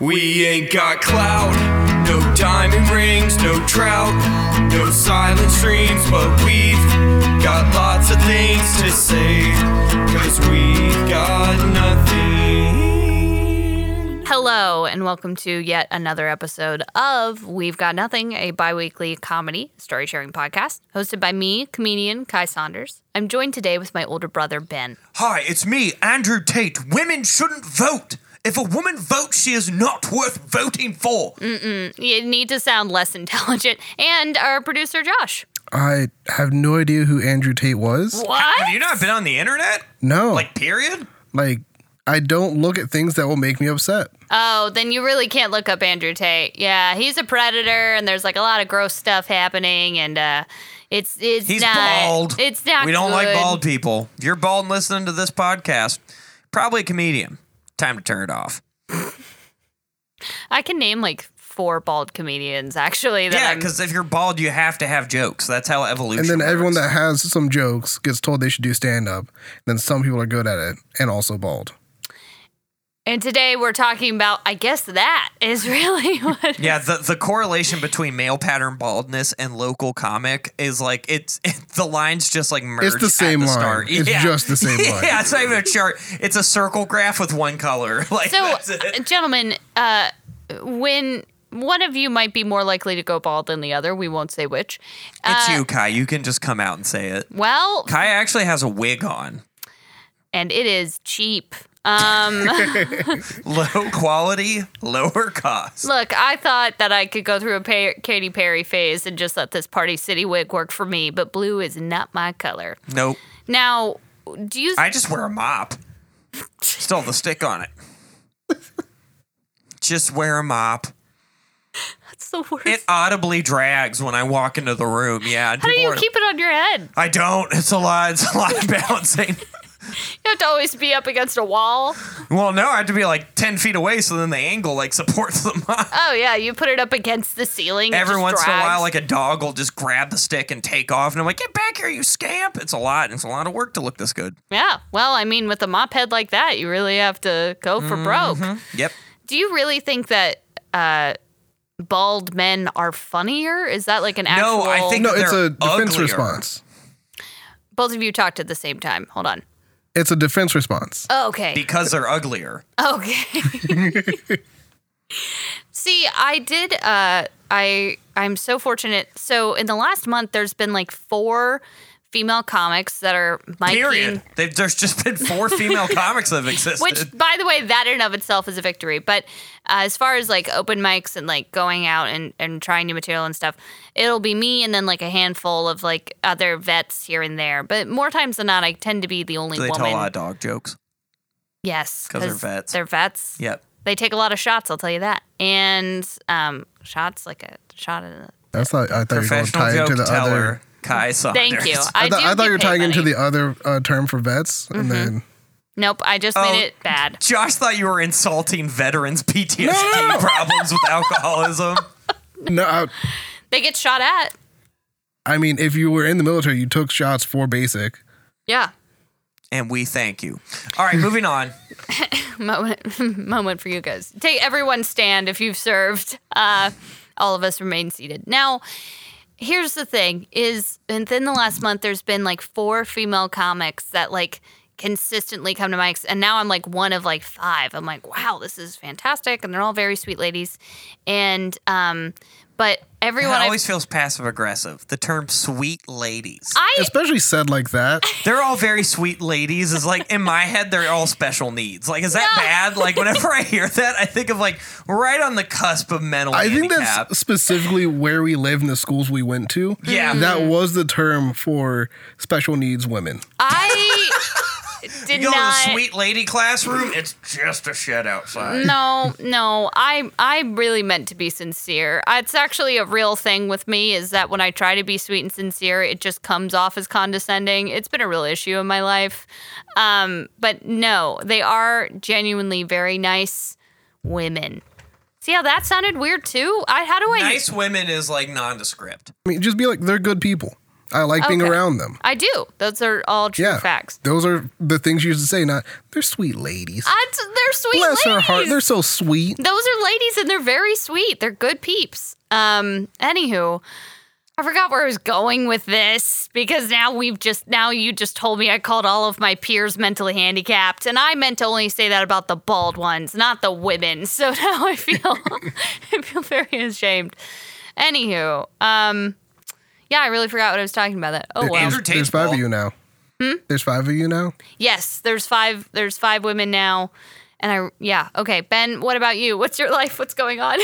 We ain't got clout, no diamond rings, no trout, no silent streams, but we've got lots of things to say, cause we've got nothing. Hello, and welcome to yet another episode of We've Got Nothing, a bi weekly comedy story sharing podcast hosted by me, comedian Kai Saunders. I'm joined today with my older brother, Ben. Hi, it's me, Andrew Tate. Women shouldn't vote. If a woman votes, she is not worth voting for. Mm. You need to sound less intelligent, and our producer, Josh. I have no idea who Andrew Tate was. Have What? you not been on the internet? No. Like, period? Like, I don't look at things that will make me upset. Oh, then you really can't look up Andrew Tate. Yeah, he's a predator, and there's like a lot of gross stuff happening, and uh, it's it's He's not, bald. It's not. We don't like good. bald people. If you're bald and listening to this podcast, probably a comedian. Time to turn it off. I can name like four bald comedians actually. That Yeah, I'm- because if you're bald, you have to have jokes. That's how evolution And then everyone works. that has some jokes gets told they should do stand up. Then some people are good at it and also bald. And today we're talking about, I guess that is really what. Yeah, the, the correlation between male pattern baldness and local comic is like it's it, the lines just like merge. the same at the line. Start. It's just the same line. Yeah, it's not even a chart. It's a circle graph with one color. Like So, that's it. uh, gentlemen, uh, when one of you might be more likely to go bald than the other, we won't say which. uh, it's you, Kai. You can just come out and say it. Well, Kai actually has a wig on. and it is cheap. Um, Low quality, lower cost. look, I thought that I could go through a pa- Katy Perry phase and just let this Party City wig work for me, but blue is not my color. Nope. Now, do you? I just wear a mop. Still the stick on it. Just wear a mop. that's the worst. It audibly drags when I walk into the room. Yeah. and How do people you are- keep it on your head? I don't. It's a lot. It's a lot of balancing. You have to always be up against a wall. well, no, I have to be like ten feet away, so then the angle like supports the mop. Oh yeah, you put it up against the ceiling. it Every just once in a drags. while, like a dog will just grab the stick and take off, and I'm like, "Get back here, you scamp!" It's a lot. It's a lot of work to look this good. yeah. Well, I mean, with a mop head like that, you really have to go for Mm-hmm. broke. Yep. Do you really think that uh, bald men are funnier? Is that like an actual? No, I think- No, it's They're a defense uglier. response. both of you talked at the same time. Hold on. It's a defense response. Oh, okay. Because they're uglier. Okay. See, I did. Uh, I I'm so fortunate. So in the last month, there's been like four female comics that are miking. Period. They've, there's just been four female comics that have existed. Which, by the way, that in and of itself is a victory. But uh, as far as like open mics and like going out and, and trying new material and stuff, it'll be me and then like a handful of like other vets here and there. But more times than not, I tend to be the only Do they woman. tell a lot of dog jokes? yes, 'Cause they're vets. They're vets. Yep. They take a lot of shots. I'll tell you that. And um, shots like a shot at. A, That's not, I thought you were going to Professional tie it to joke the teller, other. Kai Saunders. thank you. I, I, thought- do I thought get you were paid tying into money. Mm-hmm. the other uh, term for vets. And then, Nope, I just Oh. made it bad. Josh thought you were insulting veterans' PTSD No, no. problems with alcoholism. no, I, They get shot at. I mean, if you were in the military, you took shots for basic. Yeah. and we thank you. All right, moving on. moment moment for you guys. Take everyone stand if you've served. Uh, all of us remain seated. Now, here's the thing: is within the last month, there's been like four female comics that like consistently come to mics, and now I'm like one of like five. I'm like, wow, this is fantastic, and they're all very sweet ladies, and um, but It everyone. I've- always feels passive aggressive. The term sweet ladies. I Especially said like that. They're all very sweet ladies. Is like in my head, they're all special needs. Like, is that bad? Like, whenever I hear that, I think of like right on the cusp of mental. I think handicap. that's specifically where we live and the schools we went to. Yeah. Mm. Mm-hmm. That was the term for special needs women. I did You go not. to the sweet lady classroom, it's just a shed outside. No, no. I I really meant to be sincere. It's actually a real thing with me is that when I try to be sweet and sincere, it just comes off as condescending. It's been a real issue in my life. Um, but no, they are genuinely very nice women. See how that sounded weird too? I how do I Nice women is like nondescript. I mean, just be like, they're good people. I like being Okay. around them. I do. Those are all true Yeah. facts. Those are the things you used to say, not they're sweet ladies. I, they're sweet Bless ladies. her heart. They're so sweet. Those are ladies and they're very sweet. They're good peeps. Um, anywho, I forgot where I was going with this because now we've just now you just told me I called all of my peers mentally handicapped, and I meant to only say that about the bald ones, not the women. So now I feel I feel very ashamed. Anywho, um, yeah, I really forgot what I was talking about. That oh well, Andrew Tate's There's five fault. of you now. Hmm? There's five of you now. yes, there's five there's five women now, and I yeah okay Ben, what about you? What's your life? What's going on?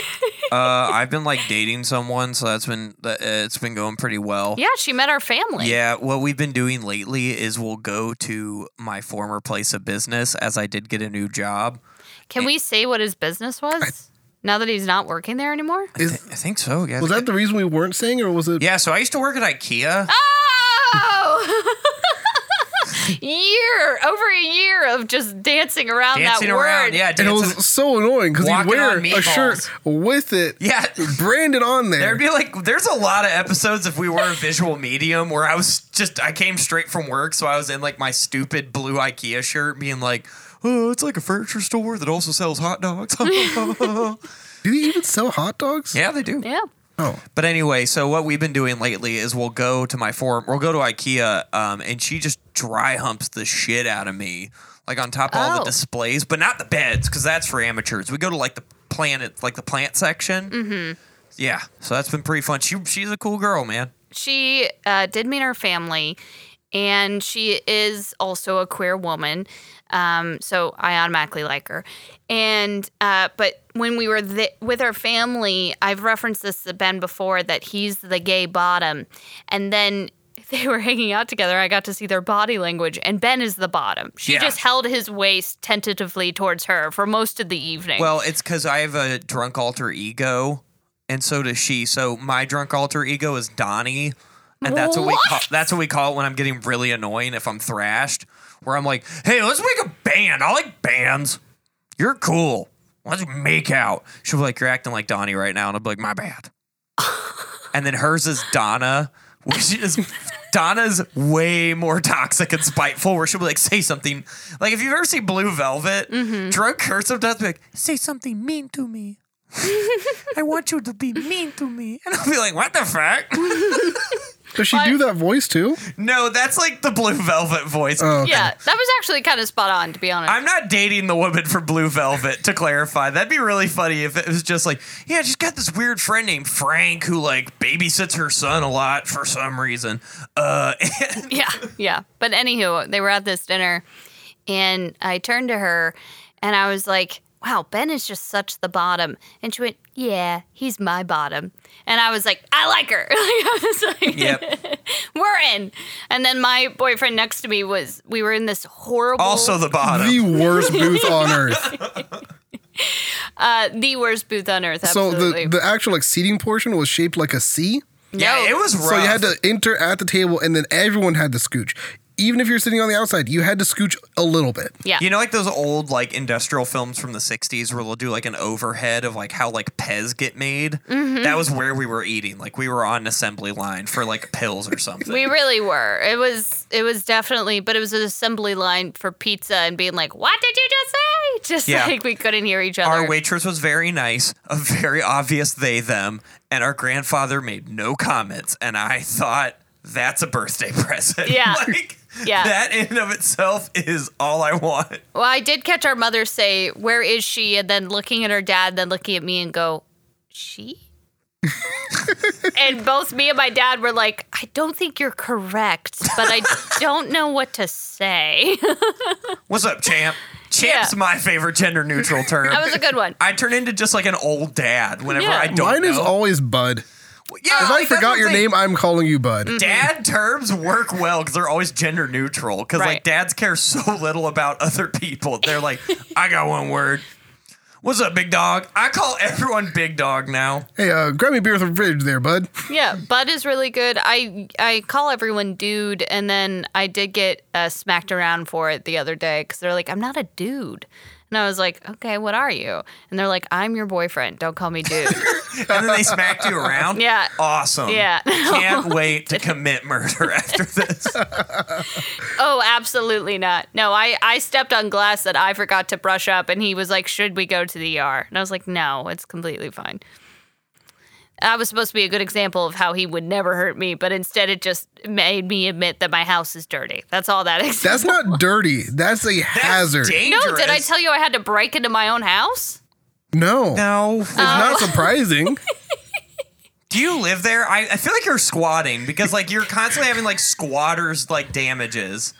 Uh, I've been like dating someone, so that's been that, uh, it's been going pretty well. Yeah, she met our family. Yeah, what we've been doing lately is we'll go to my former place of business as I did get a new job. Can we say what his business was? now that he's not working there anymore? I Is thi- I think so. Yeah. I was think that the reason we weren't saying, or was it? Yeah, so I used to work at IKEA. Oh! year over a year of just dancing around dancing that around. word. Yeah, And it dancing. was so annoying because he'd Walking wear on a shirt with it yeah. branded on there. There'd be like, there's a lot of episodes if we were a visual medium where I was just, I came straight from work, so I was in like my stupid blue IKEA shirt, being like, oh, it's like a furniture store that also sells hot dogs. Do they even sell hot dogs? yeah, they do. Yeah. Oh, But anyway, so what we've been doing lately is we'll go to my form, we'll go to IKEA, um, and she just dry humps the shit out of me, like on top of all Oh. the displays, but not the beds because that's for amateurs. We go to like the planet, like the plant section. Mm-hmm. Yeah, so that's been pretty fun. She she's a cool girl, man. She uh, did meet our family, and she is also a queer woman. Um, so I automatically like her. And uh, but when we were th- with our family, I've referenced this to Ben before that he's the gay bottom, and then. They were hanging out together. I got to see their body language, and Ben is the bottom. She Yeah. just held his waist tentatively towards her for most of the evening. Well, it's because I have a drunk alter ego, and so does she. So my drunk alter ego is Donnie, and that's what, we call, What? that's what we call it when I'm getting really annoying if I'm thrashed, where I'm like, "Hey, let's make a band. I like bands. You're cool. Let's make out." She'll be like, "You're acting like Donnie right now," and I'll be like, "My bad." and then hers is Donna, which is. Donna's way more toxic and spiteful, where she'll be like, say something. Like, if you've ever seen Blue Velvet, drunk her sometimes be like, say something mean to me. I want you to be mean to me. And I'll be like, what the fuck? does she do that voice too? no, that's like the Blue Velvet voice. Oh, okay. yeah, that was actually kind of spot on, to be honest. I'm not dating the woman from Blue Velvet to clarify. That'd be really funny if it was just like, yeah, she's got this weird friend named Frank who like babysits her son a lot for some reason. Uh, yeah, yeah. But anywho, they were at this dinner, and I turned to her, and I was like, "Wow, Ben is just such the bottom." And she went, "Yeah, he's my bottom." And I was like, "I like her." Like, I was like, Yep. "We're in." And then my boyfriend next to me was. We were in this horrible, also the bottom. The worst booth on earth. uh, the worst booth on earth. so Absolutely. the the actual like seating portion was shaped like a C. yeah, No. it was rough. So you had to enter at the table, and then everyone had to scooch. Even if you're sitting on the outside, you had to scooch a little bit. yeah. You know, like those old like industrial films from the '60s where they'll do like an overhead of like how like Pez get made. Mm-hmm. That was where we were eating. Like we were on an assembly line for like pills or something. We really were. It was it was definitely, but it was an assembly line for pizza and being like, "What did you just say?" Just Yeah. like we couldn't hear each other. our waitress was very nice, a very obvious they them, and our grandfather made no comments. And I thought that's a birthday present. Yeah. like Yeah. that in and of itself is all I want. Well, I did catch our mother say, "Where is she?" and then looking at her dad, then looking at me and go, "She?" and both me and my dad were like, "I don't think you're correct, but I don't know what to say." What's up, champ? Champ's my favorite gender neutral term. that was a good one. I turn into just like an old dad whenever Yeah. I don't Mine is know. always Bud. Yeah, If I like, that's Mm. forgot what your I'm saying. name, I'm calling you Bud. Dad terms work well because they're always gender neutral. Because Right. like dads care so little about other people. They're like, I got one word. What's up, big dog? I call everyone big dog now. Hey, uh, grab me a beer with a fridge there, Bud. Yeah, Bud is really good. I I call everyone dude, and then I did get uh, smacked around for it the other day because they're like, "I'm not a dude," and I was like, "Okay, what are you?" And they're like, "I'm your boyfriend. Don't call me dude." and then they smacked you around. Yeah. Awesome. Yeah. Can't wait to commit murder after this. Oh, absolutely not. No, I, I stepped on glass that I forgot to brush up, and he was like, Should we go to the ER? And I was like, No, it's completely fine. That was supposed to be a good example of how he would never hurt me, but instead it just made me admit that my house is dirty. That's all that is. That's not dirty. That's a hazard. no, Dangerous. did I tell you I had to break into my own house? No. No. It's Uh, not Oh. surprising. Do you live there? I, I feel like you're squatting because like you're constantly having like squatters like damages.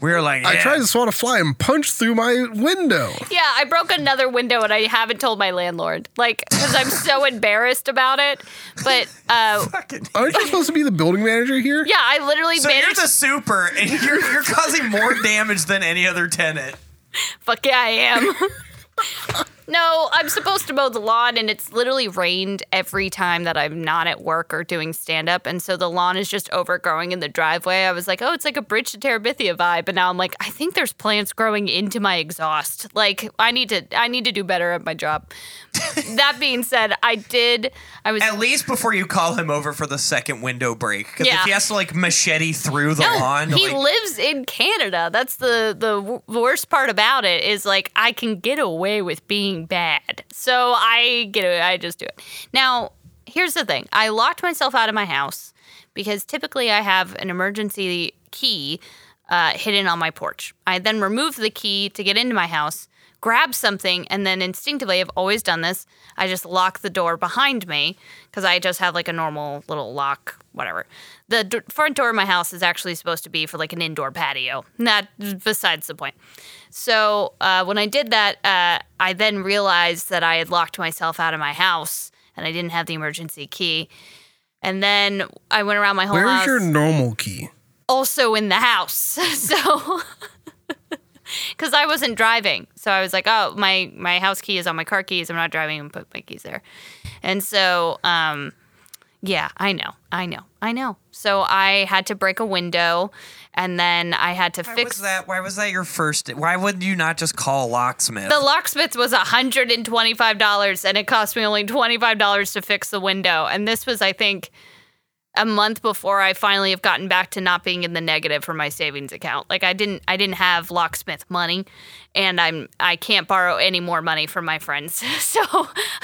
We're like I yeah. tried to swat a fly and punch through my window. Yeah, I broke another window and I haven't told my landlord, like, because I'm so embarrassed about it. But uh, Fucking- Aren't you supposed to be the building manager here? yeah, I literally So you're managed. the super, and you're you're causing more damage than any other tenant. Fuck yeah, I am. no, I'm supposed to mow the lawn, and it's literally rained every time that I'm not at work or doing stand up. And so the lawn is just overgrowing in the driveway. I was like, oh, it's like a Bridge to Terabithia vibe. But now I'm like, I think there's plants growing into my exhaust. Like, I need to, I need to do better at my job. that being said, I did, I was. At least before you call him over for the second window break, because Yeah. if he has to like machete through the lawn, to, he like, lives in Canada. That's the the w- worst part about it is like I can get away with being bad. So I get it. I just do it. Now, here's the thing. I locked myself out of my house because typically I have an emergency key uh, hidden on my porch. I then removed the key to get into my house, grab something, and then instinctively, I've always done this. I just lock the door behind me because I just have like a normal little lock, whatever. The d- front door of my house is actually supposed to be for like an indoor patio. Not besides the point. So uh, when I did that, uh, I then realized that I had locked myself out of my house and I didn't have the emergency key. And then I went around my whole house Where's your normal key? also in the house. So because I wasn't driving. So I was like, oh, my my house key is on my car keys. I'm not driving and put my keys there. And so um yeah, I know. I know. I know. So I had to break a window and then I had to why was fix that? Why was that your first? Why wouldn't you not just call a locksmith? the locksmith was $125 and it cost me only $25 to fix the window. And this was, I think, a month before I finally have gotten back to not being in the negative for my savings account. Like I didn't I didn't have locksmith money and I'm I can't borrow any more money from my friends. So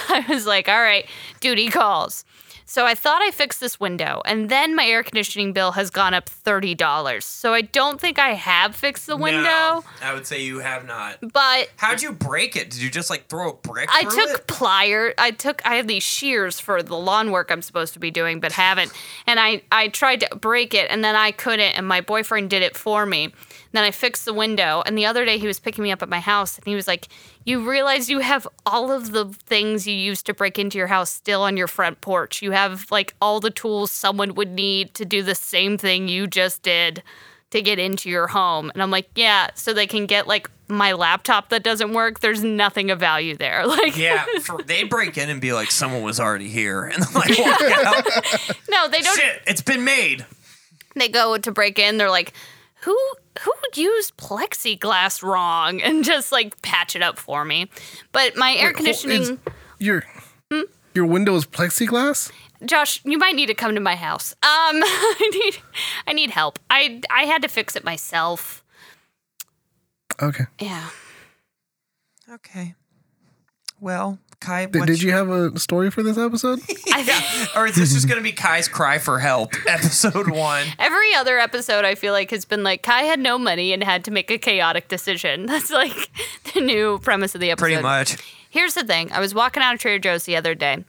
I was like, all right, duty calls. So I thought I fixed this window and then my air conditioning bill has gone up $30. So I don't think I have fixed the window, No, I would say you have not. but How'd you break it? Did you just like throw a brick? I through took it? pliers. I took. I had these shears for the lawn work I'm supposed to be doing, but haven't. And I I tried to break it, and then I couldn't. And my boyfriend did it for me. then I fixed the window. And the other day he was picking me up at my house, and he was like, "You realize you have all of the things you used to break into your house still on your front porch. You have like all the tools someone would need to do the same thing you just did." to get into your home. And I'm like, yeah, so they can get like my laptop that doesn't work. There's nothing of value there. Like, Yeah, for, they break in and be like, someone was already here, and then like walk out. no, they don't. Oh, Shit, it's been made. They go to break in. They're like, who who used plexiglass wrong and just like patch it up for me? But my air conditioning, Hmm? Is- Your your window is plexiglass? Josh, you might need to come to my house. Um, I need I need help. I I had to fix it myself. Okay. Yeah. Okay. Well, Kai, Did, what did you have a story for this episode? I, Or is this just going to be Kai's cry for help, episode one? Every other episode, I feel like, has been like Kai had no money and had to make a chaotic decision. That's like the new premise of the episode. Pretty much. Here's the thing I was walking out of Trader Joe's the other day,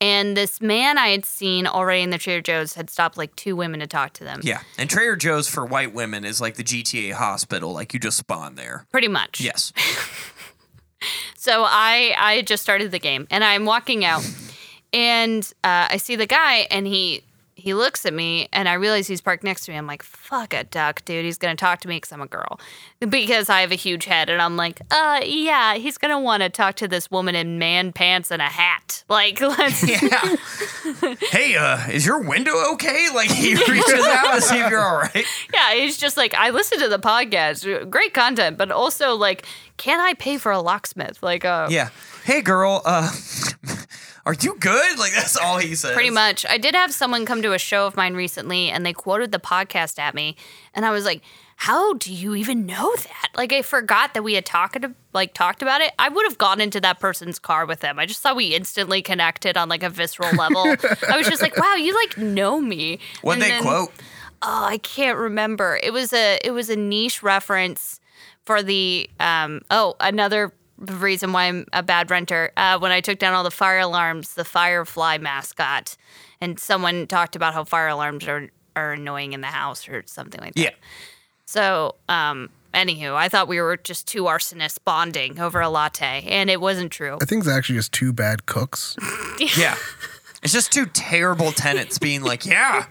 and this man I had seen already in the Trader Joe's had stopped like two women to talk to them. Yeah. And Trader Joe's for white women is like the GTA hospital. Like you just spawn there. Pretty much. Yes. So I I had just started the game and I'm walking out and uh, I see the guy and he he looks at me and I realize he's parked next to me. I'm like, fuck a duck, dude. He's gonna talk to me because I'm a girl because I have a huge head and I'm like, uh yeah, he's gonna want to talk to this woman in man pants and a hat. Like let's Yeah. hey, uh, is your window okay? Like he reaches out to see if you're all right. yeah, he's just like, I listen to the podcast, great content, but also like, can I pay for a locksmith? Like, uh, Yeah. Hey, girl. Uh, Are you good? Like that's all he says. Pretty much. I did have someone come to a show of mine recently and they quoted the podcast at me and I was like, "How do you even know that?" Like I forgot that we had talked ab- like talked about it. I would have gone into that person's car with them. I just thought we instantly connected on like a visceral level. I was just like, "Wow, you like know me." What And they then- quote? Oh, I can't remember. It was a it was a niche reference for the um oh, another reason why I'm a bad renter. Uh, when I took down all the fire alarms, the firefly mascot and someone talked about how fire alarms are are annoying in the house or something like that. Yeah. So, um anywho, I thought we were just two arsonists bonding over a latte and it wasn't true. I think it's actually just two bad cooks. Yeah. It's just two terrible tenants being like, yeah,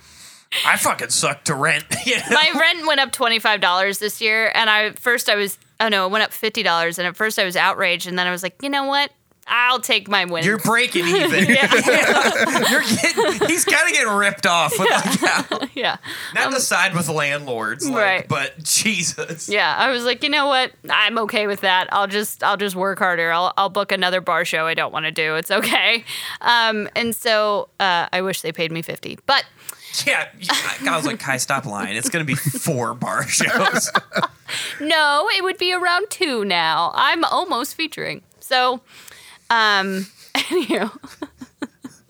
I fucking suck to rent. You know? my rent went up twenty five dollars this year, and I first I was oh no, it went up fifty dollars, and at first I was outraged, and then I was like, you know what? I'll take my win. You're breaking even. You're getting, he's got to get ripped off. With like how, yeah, not to side with landlords, like, Um, Right. but Jesus. yeah. I was like, you know what? I'm okay with that. I'll just I'll just work harder. I'll I'll book another bar show I don't want to do. It's okay. Um, and so uh, I wish they paid me fifty, but Yeah. I was like, Kai, stop lying. It's going to be four bar shows. no, it would be around two now. I'm almost featuring. So, um, anyhow.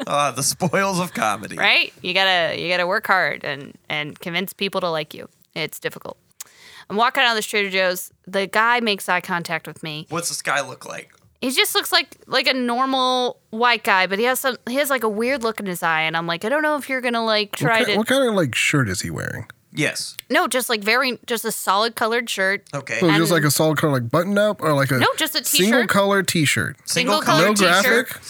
Uh, the spoils of comedy. right? You gotta you gotta work hard and and convince people to like you. It's difficult. I'm walking out of this Trader Joe's. The guy makes eye contact with me. What's this guy look like? He just looks like like a normal white guy, but he has some he has like a weird look in his eye, and I'm like, I don't know if you're gonna like try What, ki- to what kind of like shirt is he wearing? Yes. no, just like very just a solid colored shirt, Okay. So And- just like a solid color, like button up, or like a No, just a single t-shirt. color T-shirt. single colored no t-shirt. graphic.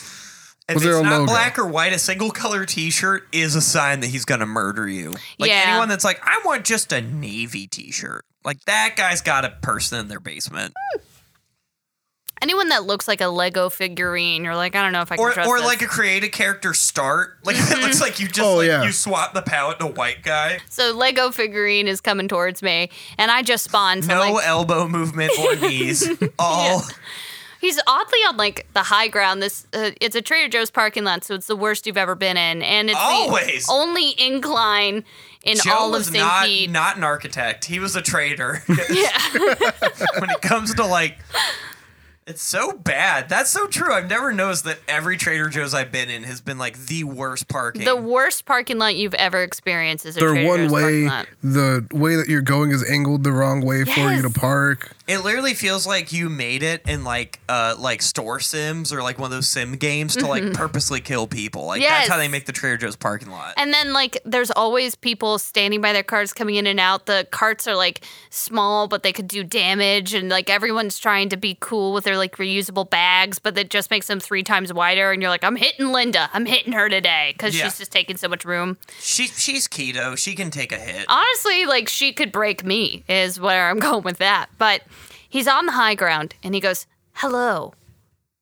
If Was it's there a not logo? black or white, a single color T-shirt is a sign that he's gonna murder you. Like Yeah. anyone that's like, I want just a navy T-shirt. Like that guy's got a person in their basement, Anyone that looks like a Lego figurine, you're like, I don't know if I can or trust or this. Mm-hmm. like a create a character start. Like it looks like you just Oh, like, yeah. you swap the palette to white guy. so Lego figurine is coming towards me, and I just spawned. So I'm No like, elbow movement or knees. All He's oddly on like the high ground. This uh, it's a Trader Joe's parking lot, so it's the worst you've ever been in, and it's Always. the only incline in Joe all of was not St. Pete. not an architect. He was a trader. when it comes to like. It's so bad. That's so true. I've never noticed that every Trader Joe's I've been in has been like the worst parking. The worst parking lot you've ever experienced is a They're Trader one Joe's parking way. lot. The way that you're going is angled the wrong way for you Yes. to park. it literally feels like you made it in like uh like store sims or like one of those sim games to like purposely kill people. Like Mm-hmm. Yes. that's how they make the Trader Joe's parking lot. And then like there's always people standing by their cars coming in and out. The carts are like small, but they could do damage, and like everyone's trying to be cool with their like reusable bags, but that just makes them three times wider. And you're like, I'm hitting Linda. I'm hitting her today because Yeah. she's just taking so much room. she she's keto. She can take a hit. Uh, honestly, like she could break me is where I'm going with that. But he's on the high ground and he goes, "Hello."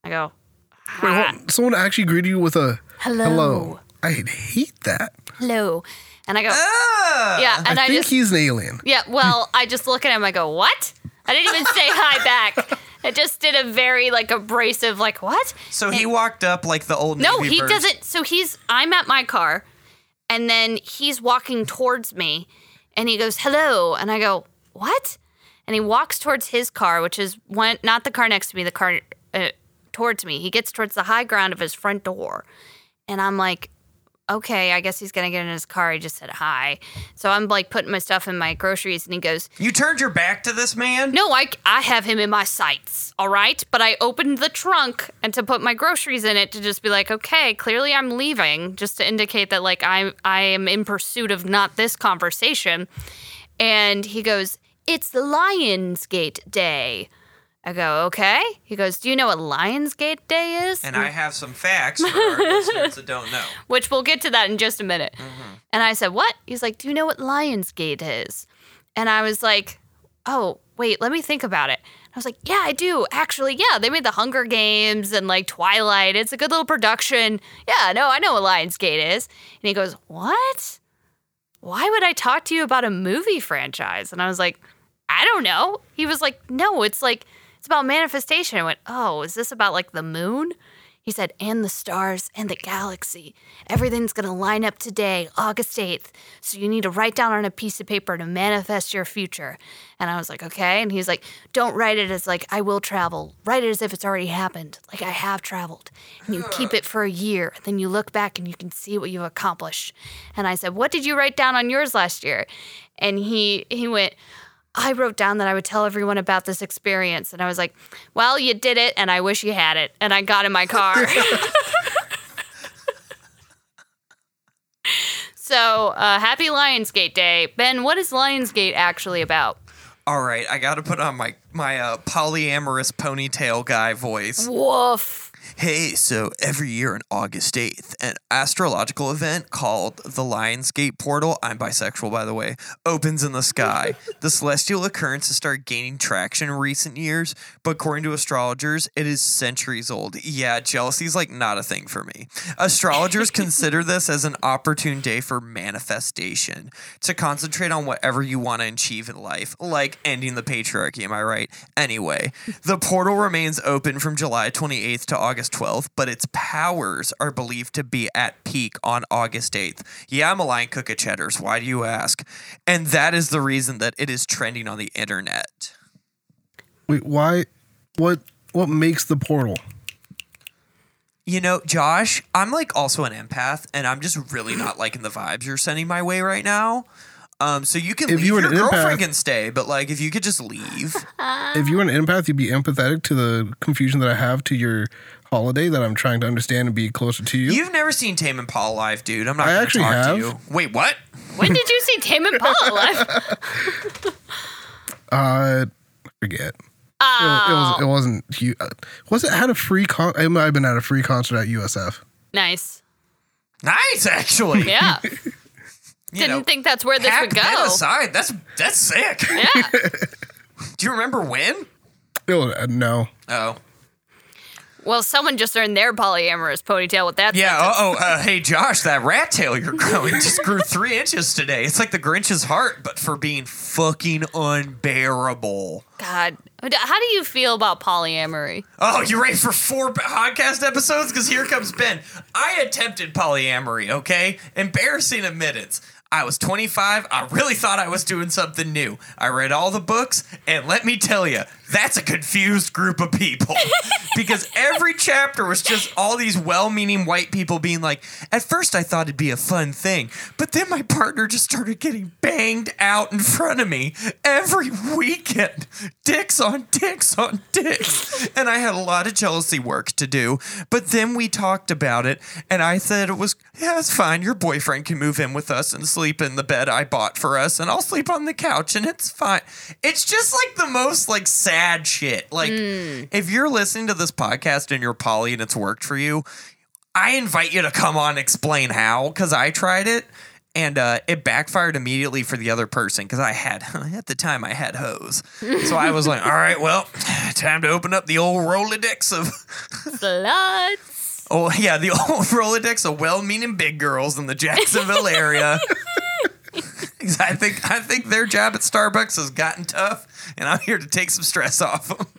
I go, Wait, hold, someone actually greeted you with a Ah. Hello. I hate that. "Hello," and I go, Ah! "Yeah," and I, I, think just, he's an alien. yeah. Well, I just look at him. I go, "What?" I didn't even say hi back. I just did a very like abrasive, like, "What?" So he walked up like the old No, Navy he birds. doesn't. So he's, I'm at my car and then he's walking towards me and he goes, hello. And I go, what? And he walks towards his car, which is one, not the car next to me, the car uh, towards me. He gets towards the high ground of his front door. And I'm like, okay, I guess he's going to get in his car. He just said hi. So I'm like putting my stuff in my groceries and he goes, You turned your back to this man? no, I, I have him in my sights, all right? But I opened the trunk and to put my groceries in it to just be like, okay, clearly I'm leaving, just to indicate that like I I am in pursuit of not this conversation. And he goes, "It's the Lionsgate Day." I go, "Okay." He goes, "Do you know what Lionsgate Day is?" And I have some facts for our listeners that don't know. which we'll get to that in just a minute. And I said, What? He's like, Do you know what Lionsgate is? And I was like, Oh, wait, let me think about it. I was like, Yeah, I do. Actually, yeah, they made the Hunger Games and like Twilight. It's a good little production. Yeah, no, I know what Lionsgate is. And he goes, What? Why would I talk to you about a movie franchise? And I was like, I don't know. He was like, No, it's like, it's about manifestation. I went, Oh, is this about like the moon? He He said, and the stars and the galaxy. Everything's going to line up today, August 8th. So you need to write down on a piece of paper to manifest your future. And I was like, okay. And he's like, don't write it as like, I will travel. Write it as if it's already happened, like I have traveled. And you keep it for a year. Then you look back and you can see what you've accomplished. And I said, what did you write down on yours last year? And he, he went, I wrote down that I would tell everyone about this experience. And I was like, well, you did it, and I wish you had it. And I got in my car. so, uh, happy Lionsgate Day. Ben, what is Lionsgate actually about? All right, I got to put on my my uh, polyamorous ponytail guy voice. Woof. Hey, so every year on August 8th, an astrological event called the Lionsgate Portal, I'm bisexual by the way, opens in the sky. the celestial occurrence has started gaining traction in recent years, but according to astrologers, it is centuries old. Yeah, jealousy's like not a thing for me. Astrologers consider this as an opportune day for manifestation, to concentrate on whatever you want to achieve in life, like ending the patriarchy, am I right? Anyway, the portal remains open from July 28th to August 12th, but its powers are believed to be at peak on August 8th. Yeah, I'm a lion cook at Cheddar's. Why do you ask? And that is the reason that it is trending on the internet. Wait, why? What? What makes the portal? You know, Josh, I'm like also an empath, and I'm just really not liking the vibes you're sending my way right now. Um, so you can If leave. you were your an empath- girlfriend can stay, but like if you could just leave, If you were an empath, you'd be empathetic to the confusion that I have to your holiday that I'm trying to understand and be closer to you. you've never seen Tame and Paul live, dude. I'm not I going to actually talk to have. you. Wait, what? When did you see Tame and Paul alive? Uh, I forget. It, wa- it was. It wasn't. hu- uh, Was it had a free con? I might have been at a free concert at USF. Nice. Nice, actually. Yeah. You Didn't know, think that's where this Pack would that go. aside, that's that's sick. Yeah. Do you remember when? It was, uh, no. Oh. Well, someone just earned their polyamorous ponytail with that. Yeah. sentence. Oh, oh uh, hey, Josh, that rat tail you're growing just grew three inches today. It's like the Grinch's heart, but for being fucking unbearable. God. How do you feel about polyamory? Oh, you ready for four podcast episodes? Because here comes Ben. I attempted polyamory, okay? Embarrassing admittance. I was 25. I really thought I was doing something new. I read all the books, and let me tell you, that's a confused group of people. because every chapter was just all these well meaning white people being like, at first I thought it'd be a fun thing, but then my partner just started getting banged out in front of me every weekend. Dicks on dicks on dicks. And I had a lot of jealousy work to do. But then we talked about it, and I said it was, yeah, it's fine. Your boyfriend can move in with us and sleep in the bed I bought for us, and I'll sleep on the couch, and it's fine. It's just like the most like sad shit. Like, if you're listening to this podcast and you're poly and it's worked for you, I invite you to come on and explain how because I tried it and uh, it backfired immediately for the other person because I had at the time I had hose, so I was like, all right, well, time to open up the old Rolodex of Sluts. oh yeah, the old Rolodex of well-meaning big girls in the Jacksonville area. 'Cause I think I think their job at Starbucks has gotten tough, and I'm here to take some stress off them.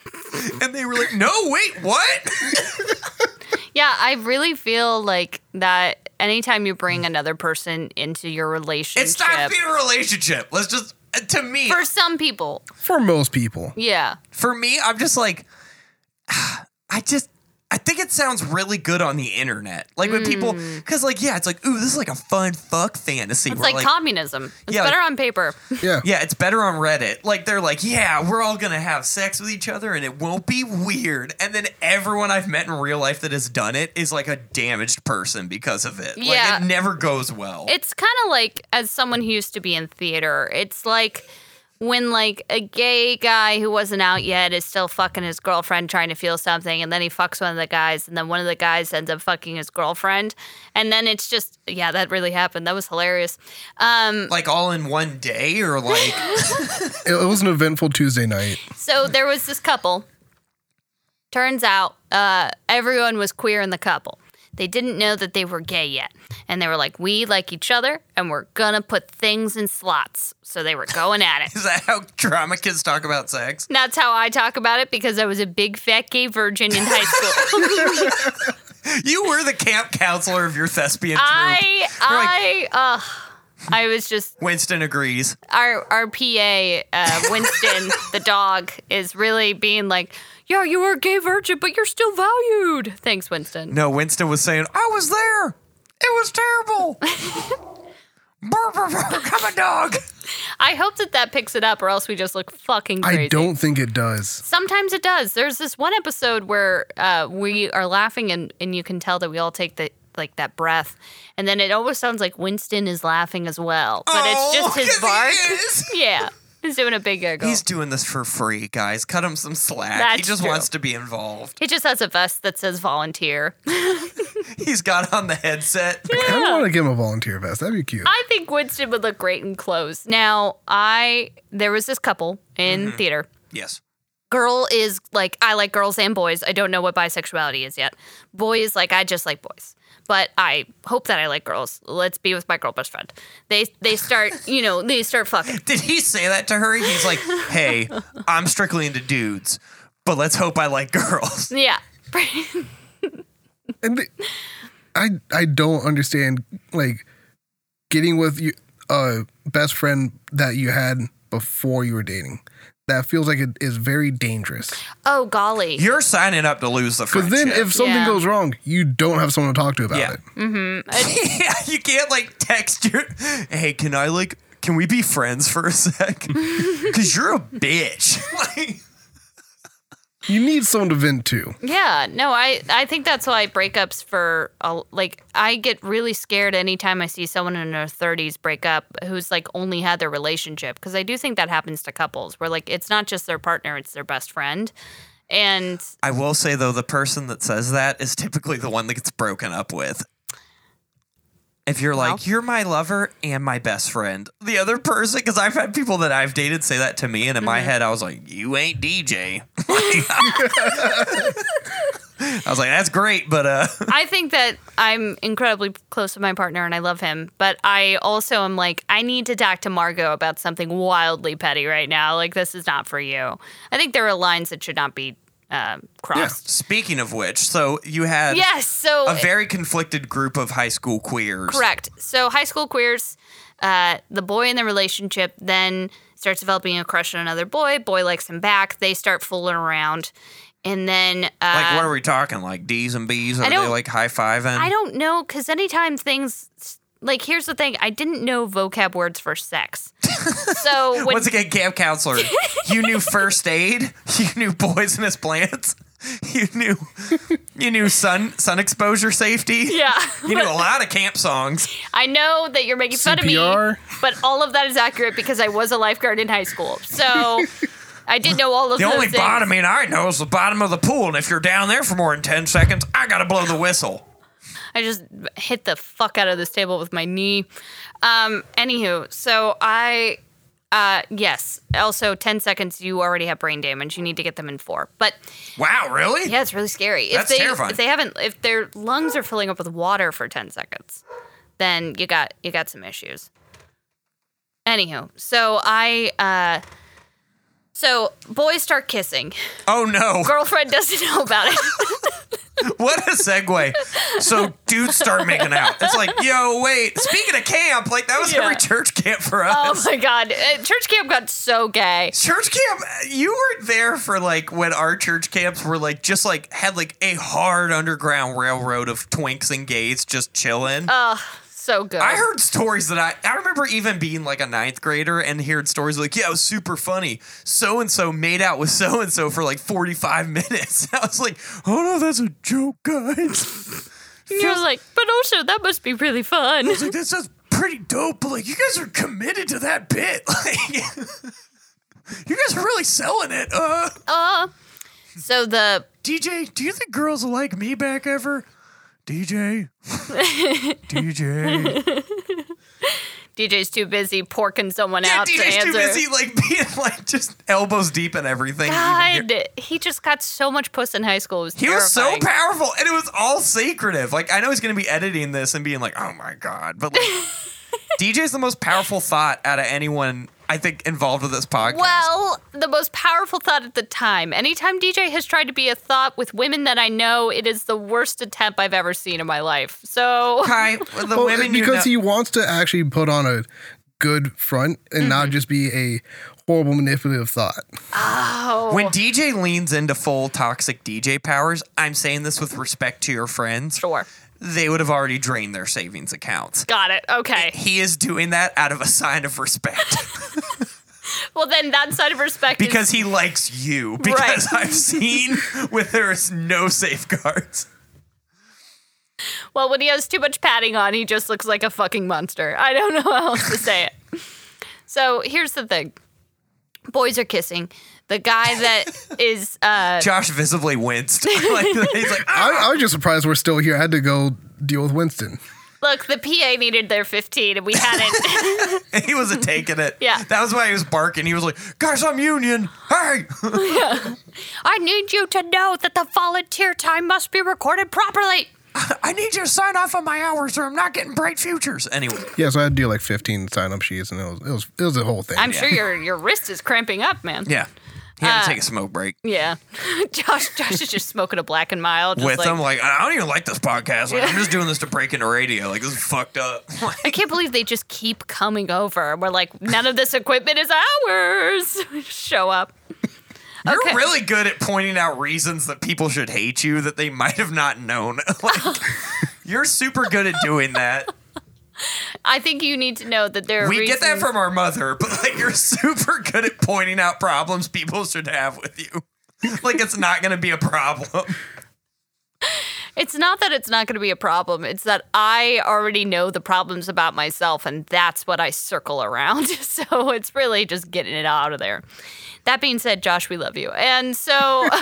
And they were like, "No, wait, what?" Yeah, I really feel like that anytime you bring another person into your relationship. It's not being a relationship. Let's just uh, to me for some people. For most people, Yeah. for me, I'm just like, I just. I think it sounds really good on the internet. Like when people, because like, yeah, it's like, ooh, this is like a fun fuck fantasy. Mm. It's where, like, communism. It's Yeah, like- better on paper. yeah, yeah, it's better on Reddit. Like they're like, yeah, we're all gonna have sex with each other and it won't be weird. And then everyone I've met in real life that has done it is like a damaged person because of it. Yeah. Like it never goes well. It's kind of like, as someone who used to be in theater, it's like when like a gay guy who wasn't out yet is still fucking his girlfriend trying to feel something and then he fucks one of the guys and then one of the guys ends up fucking his girlfriend and then it's just yeah that really happened that was hilarious um like all in one day or like it, it was an eventful Tuesday night. So there was this couple. Turns out uh, everyone was queer in the couple. They didn't know that they were gay yet. And they were like, we like each other and we're going to put things in slots. So they were going at it. is that how drama kids talk about sex? That's how I talk about it because I was a big fat gay virgin in high school. You were the camp counselor of your thespian troop. I I uh I was just Winston agrees. our our PA uh, Winston the dog is really being like, "Yeah, you are a gay virgin, but you're still valued." Thanks, Winston. No, Winston was saying, I was there. It was terrible. burr, burr, burr, I'm a dog. I hope that that picks it up, or else we just look fucking crazy. I don't think it does. Sometimes it does. There's this one episode where uh, we are laughing, and and you can tell that we all take the like that breath, and then it almost sounds like Winston is laughing as well, but Oh, it's just 'cause his he bark. is. Yeah, he's doing a big giggle. He's doing this for free, guys. Cut him some slack. he That's just true. wants to be involved. he just has a vest that says volunteer. He's got on the headset. I don't want to give him a volunteer vest. That'd be cute. I think Winston would look great in clothes. Now, I there was this couple in theater. yes. Girl is like I like girls and boys. I don't know what bisexuality is yet. Boy is like I just like boys. But I hope that I like girls. Let's be with my girl best friend. They they start, you know, they start fucking. Did he say that to her? He's like, hey, I'm strictly into dudes, but let's hope I like girls. Yeah. and the, I I don't understand like getting with your uh, best friend that you had before you were dating. That feels like it is very dangerous. oh golly. You're signing up to lose the Because friendship. then, if something Yeah. goes wrong, you don't have someone to talk to about Yeah. it. yeah, you can't like text your. Hey, can I like? Can we be friends for a sec? Because you're a bitch. like, You need someone to vent to. Yeah, no, I I think that's why breakups for a- like I get really scared anytime I see someone in their 30s break up who's like only had their relationship because I do think that happens to couples where like it's not just their partner, it's their best friend. And I will say though, the person that says that is typically the one that gets broken up with. If you're like, Well. you're my lover and my best friend, the other person, because I've had people that I've dated say that to me, and in my head, I was like, you ain't DJ. I was like, that's great, but uh, I think that I'm incredibly close with my partner and I love him, but I also am like I need to talk to Margot about something wildly petty right now. Like this is not for you. I think there are lines that should not be uh, crossed. speaking of which, so you had Yes, so a very conflicted group of high school queers. Correct. So high school queers, uh, the boy in the relationship then starts developing a crush on another boy. Boy likes him back. They start fooling around, and then uh, Like, what are we talking? Like D's and B's? Are they don't- like high fiving? I don't know because anytime things like here's the thing, I didn't know vocab words for sex. So when Once again, camp counselor, you knew first aid, you knew poisonous plants, you knew you knew sun sun exposure safety. yeah, You knew a lot of camp songs. I know that you're making fun of CPR. me, but all of that is accurate because I was a lifeguard in high school. So. I did know all of The those only things. bottoming I know is the bottom of the pool, and if you're down there for more than ten seconds, I gotta blow the whistle. I just hit the fuck out of this table with my knee. Um, anywho, so I, uh, yes. Also, 10 seconds, you already have brain damage. You need to get them in four. But Wow, really? yeah, it's really scary. If That's they, terrifying. If they haven't, if their lungs are filling up with water for 10 seconds, then you got, you got some issues. Anywho, so I, uh, so boys start kissing. Oh no. Girlfriend doesn't know about it. What a segue. So dudes start making out. It's like, yo, wait. Speaking of camp, like that was Yeah. every church camp for oh us. my God. Uh, Church camp got so gay. Church camp, you were there for like when our church camps were like just like had like a hard underground railroad of twinks and gays just chilling. So good. I heard stories that I I remember even being like a ninth grader and heard stories like, yeah, it was super funny. So and so made out with so and so for like 45 minutes. I was like, oh no, that's a joke, guys. And I was like, but also that must be really fun. like that sounds pretty dope, but like you guys are committed to that bit. Like you guys are really selling it. Uh Uh, so the DJ, do you think girls will like me back ever? DJ. DJ. DJ's too busy porking someone Yeah, out to DJ's answer. too busy like being like just elbows deep in everything. to even get- God, he just got so much puss in high school. It was He was so terrifying. powerful and it was all secretive. Like I know he's gonna be editing this and being like, oh my god, but like DJ's the most powerful thought out of anyone I think, involved with this podcast. Well, the most powerful thought at the time. Anytime DJ has tried to be a thought with women that I know, it is the worst attempt I've ever seen in my life. So Kai, the Well, women you because know- he wants to actually put on a good front and Mm-hmm. not just be a horrible manipulative thought. When DJ leans into full toxic DJ powers, I'm saying this with respect to your friends. sure. They would have already drained their savings accounts. Got it. Okay. He is doing that out of a sign of respect Well, then that side of respect is because he likes you. Because Right. I've seen where there is no safeguards. Well, when he has too much padding on, he just looks like a fucking monster. I don't know how else to say it. So here's the thing boys are kissing. The guy that is, uh, Josh visibly winced. Like, he's like, "Ah." I, I was just surprised we're still here. I had to go deal with Winston. look, the PA needed their 15 and we hadn't. he wasn't taking it. Yeah. That was why he was barking. He was like, guys, I'm union. Hey. I need you to know that the volunteer time must be recorded properly. I need you to sign off on my hours or I'm not getting bright futures. Anyway. Yeah, so I had to do like 15 sign up sheets, and it was it was it was a whole thing. I'm sure your, your wrist is cramping up, man. Yeah. He had to take a smoke break. Yeah. Josh Josh is just smoking a black and mild. just with like, them. Like, I don't even like this podcast. Like, I'm just doing this to break into radio. Like, this is fucked up. Like, I can't believe they just keep coming over. We're like, none of this equipment is ours. Show up. You're Okay. really good at pointing out reasons that people should hate you that they might have not known. like, you're super good at doing that. I think you need to know that there are We get that reasons- from our mother, but like, you're super good at pointing out problems people should have with you. Like, it's not going to be a problem. It's not that it's not going to be a problem. It's that I already know the problems about myself, and that's what I circle around. So it's really just getting it out of there. That being said, Josh, we love you, and so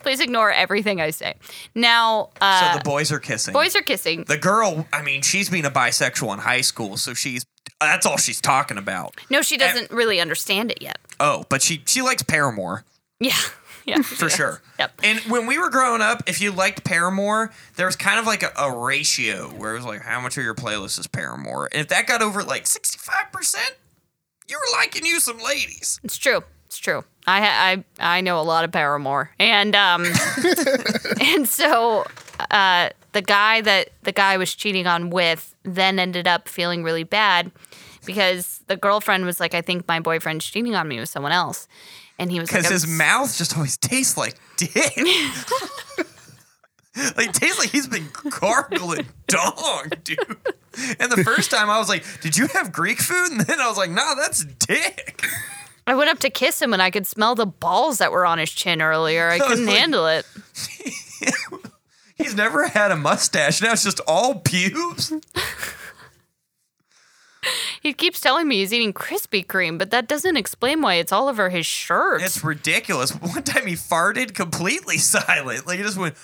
please ignore everything I say. Now, uh, so the boys are kissing. boys are kissing. the girl, I mean, she's being a bisexual in high school, so she's. That's all she's talking about. No, she doesn't really understand it yet. Oh, but she she likes Paramore. Yeah, yeah, for sure. Yep. And when we were growing up, if you liked Paramore, there was kind of like a, a ratio where it was like, how much of your playlist is Paramore? And if that got over like 65%, you were liking you some ladies. It's true. It's true. I ha- I I know a lot of Paramore, and um, and so uh, the guy that the guy was cheating on with then ended up feeling really bad because the girlfriend was like, I think my boyfriend's cheating on me with someone else, and he was like, Because "I'm his mouth just always tastes like dick. like, tastes like he's been gargling dong, dude. And the first time I was like, did you have Greek food? And then I was like, nah, that's dick. I went up to kiss him and I could smell the balls that were on his chin earlier. I was couldn't like- handle it. He's never had a mustache. Now it's just all pubes. He keeps telling me he's eating Krispy Kreme, but that doesn't explain why it's all over his shirt. It's ridiculous. One time he farted completely silent. Like he just went,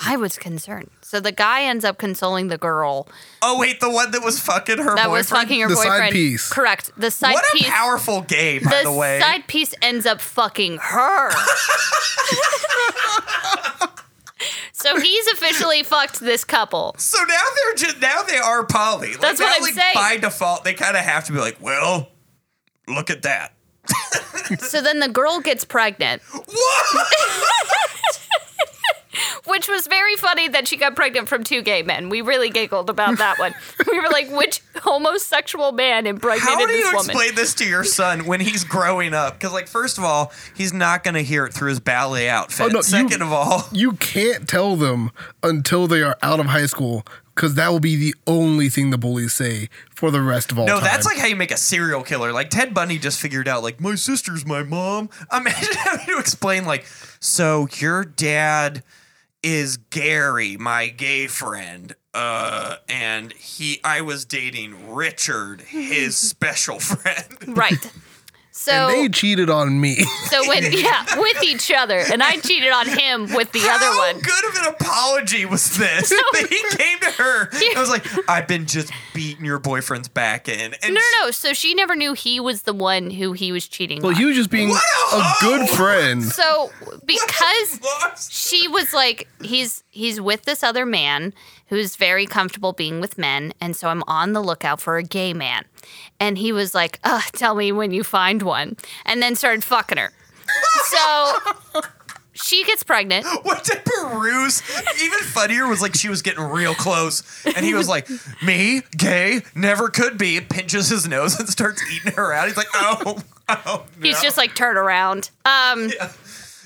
I was concerned. So the guy ends up consoling the girl. "Oh wait, the one that was fucking her that boyfriend." was fucking her The side boyfriend. piece. Correct. The side what a piece. powerful gay, by the, the, way. side piece ends up fucking her. so he's officially fucked this couple. so now they're just now they are poly. Like, That's what now, I'm like, saying. By default, they kind of have to be like, "Well, look at that." So then the girl gets pregnant, What? which was very funny that she got pregnant from two gay men. We really giggled about that one. we were like, which homosexual man impregnated How do this you woman? explain this to your son when he's growing up? Because, like, first of all, he's not going to hear it through his ballet outfit. Oh, no, you- Second of all, You can't tell them until they are out of high school because that will be the only thing the bullies say for the rest of all No, time. that's like how you make a serial killer. Like Ted Bundy just figured out, like, my sister's my mom. Imagine having to explain, like, so your dad is Gary, my gay friend. Uh, and he, I was dating Richard, his special friend. right. So and they cheated on me. So when yeah, with each other, and I cheated on him with the other How one. good of an apology was this? that he came to her. I was like, I've been just beating your boyfriend's back in. And No, no, no. So she never knew he was the one who he was cheating well, on. he was just being What a a good hoe! friend. so she because lost- she was like, he's he's with this other man who's very comfortable being with men, and so I'm on the lookout for a gay man. and he was like, Ugh, "Tell me when you find one," and then started fucking her. so she gets pregnant. What did peruse? Even funnier was like she was getting real close, and he was like, "Me, gay, never could be." Pinches his nose and starts eating her out. He's like, "Oh, oh." He's no." just like, "Turn around." Um,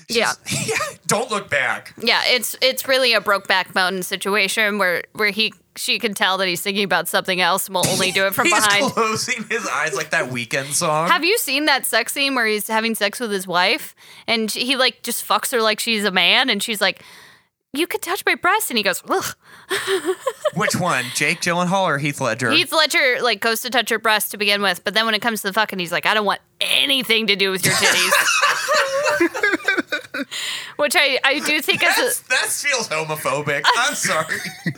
yeah. yeah, don't look back. Yeah, it's it's really a Brokeback Mountain situation where where he she can tell that he's thinking about something else and will only do it from He's behind. closing his eyes like that weekend song. Have you seen that sex scene where he's having sex with his wife and she, he like just fucks her like she's a man and she's like, "You could touch my breast," and he goes, "Ugh." Which one, Jake Gyllenhaal or Heath Ledger? Heath Ledger like goes to touch her breast to begin with, but then when it comes to the fucking, he's like, "I don't want anything to do with your titties," which I I do think That's, is that feels homophobic. I'm sorry. a,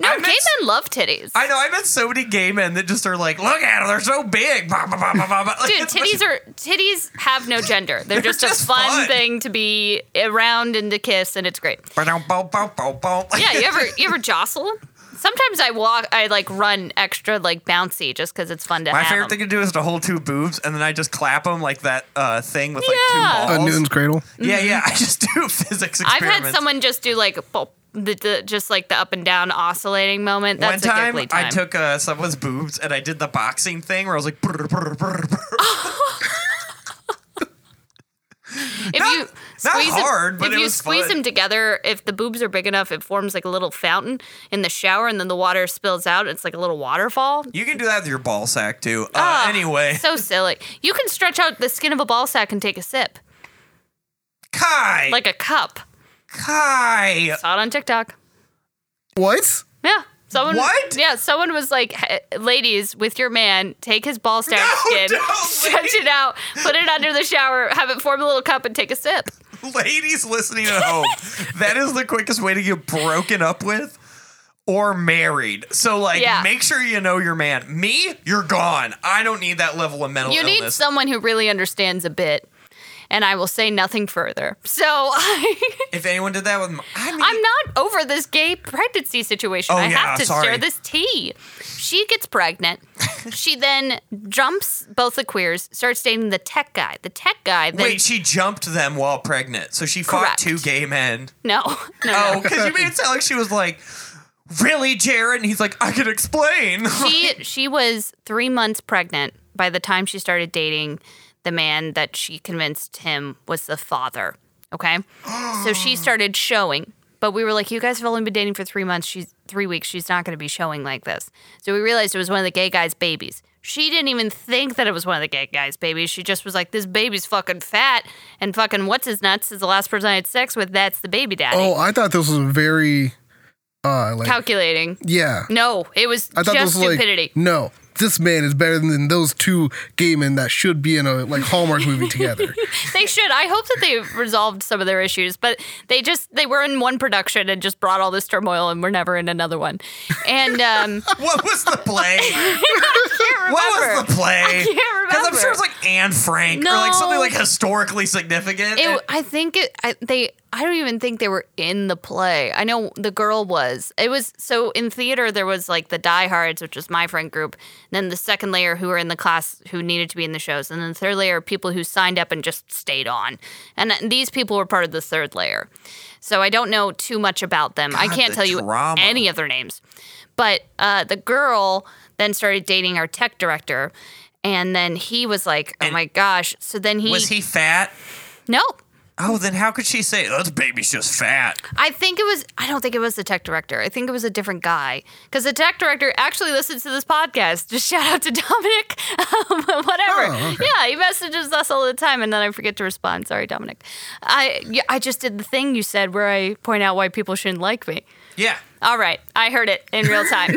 no I gay meant- men love titties. I know. I met so many gay men that just are like, "Look at them. They're so big." Bah, bah, bah, bah, bah, bah. Like, Dude, it's- titties are titties have no gender. They're, just, just a fun, fun. thing to be around and to kiss, and it's great. Ba-dum-bum-bum-bum-bum. Yeah, you ever you ever jostle? Sometimes I walk, I like run extra like bouncy just because it's fun to My have. favorite 'em. thing to do is to hold two boobs and then I just clap them like that uh, thing with Yeah. Mm-hmm. like two A balls. Newton's cradle. yeah, yeah. I just do physics experiments. I've had someone just do like bop, the, the just like the up and down oscillating moment. One That's a time, giggly time. I took uh, someone's boobs and I did the boxing thing where I was like, brr, brr, brr, brr. if not- you not squeeze 'em- hard, but if it you was squeeze fun. them together, if the boobs are big enough, it forms like a little fountain in the shower, and then the water spills out. It's like a little waterfall. you can do that with your ball sack too. Uh, Ugh, anyway, So silly. You can stretch out the skin of a ball sack and take a sip, Kai, like a cup. Kai, Saw it on TikTok. What? Yeah. Someone, What? Yeah, someone was like, "Hey, "Ladies, with your man, take his ball sack No, skin, don't, stretch it out, put it under the shower, have it form a little cup, and take a sip." ladies listening at home, that is the quickest way to get broken up with. Or married, so like, Yeah. make sure you know your man. Me, you're gone. I don't need that level of mental You illness. need someone who really understands a bit, and I will say nothing further. So I, if anyone did that with, my, I mean, I'm not over this gay pregnancy situation. Oh, I yeah, have to sorry. share this tea. She gets pregnant. she then jumps both the queers, starts dating the tech guy. The tech guy. Then, Wait, she jumped them while pregnant. So she fought Correct. two gay men. no, no, no. Oh, because you made it sound like she was like, really, Jared? And he's like, I can explain. she she was three months pregnant by the time she started dating the man that she convinced him was the father. Okay, so she started showing, but we were like, "You guys have only been dating for three months. She's three weeks. She's not going to be showing like this." So we realized it was one of the gay guy's babies. She didn't even think that it was one of the gay guy's babies. She just was like, "This baby's fucking fat and fucking what's his nuts is the last person I had sex with. That's the baby daddy." Oh, I thought this was very, uh, like Calculating. yeah. No, it was I thought just this was stupidity. like no. This man is better than those two gay men that should be in a like Hallmark movie together. they should. I hope that they resolved some of their issues, but they just they were in one production and just brought all this turmoil, and we're never in another one. And um, what was the play? can't What was remember. the play? I can't I'm sure remember. it's like Anne Frank or like No. something like historically significant. It, And- I think it. I, they. I don't even think they were in the play. I know the girl was. It was so in theater there was like the diehards, which was my friend group, and then the second layer who were in the class who needed to be in the shows, and then the third layer are people who signed up and just stayed on, and th- these people were part of the third layer. So I don't know too much about them. I God, can't the tell you drama. any of their names. But uh, the girl then started dating our tech director, and then he was like, "Oh my gosh!" So then he was he fat? nope. Oh, then how could she say, oh, this baby's just fat? I think it was. I don't think it was the tech director. I think it was a different guy because the tech director actually listens to this podcast. Just shout out to Dominic. Um, whatever. Oh, okay. Yeah, he messages us all the time, and then I forget to respond. Sorry, Dominic. I yeah, I just did the thing you said where I point out why people shouldn't like me. Yeah. All right, I heard it in real time.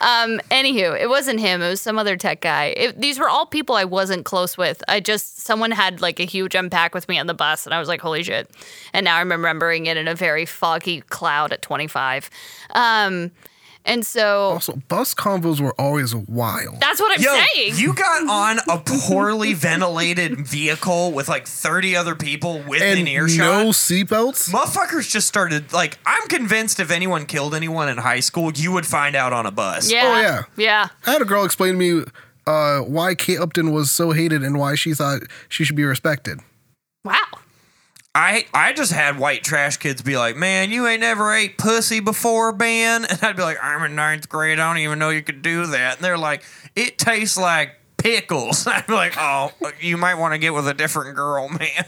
um, anywho, it wasn't him; it was some other tech guy. It, these were all people I wasn't close with. I just someone had like a huge unpack with me on the bus, and I was like, "Holy shit!" And now I'm remembering it in a very foggy cloud at 25. Um, And so Also, bus convos were always wild. that's what I'm Yo, saying. you got on a poorly ventilated vehicle with like 30 other people within and earshot. no seatbelts. Motherfuckers just started like I'm convinced if anyone killed anyone in high school, you would find out on a bus. yeah. Oh, yeah. Yeah. I had a girl explain to me uh, why Kate Upton was so hated and why she thought she should be respected. Wow. I I just had white trash kids be like, "Man, you ain't never ate pussy before, Ben," and I'd be like, "I'm in ninth grade. I don't even know you could do that." And they're like, "It tastes like pickles." I'd be like, "Oh, you might want to get with a different girl, man."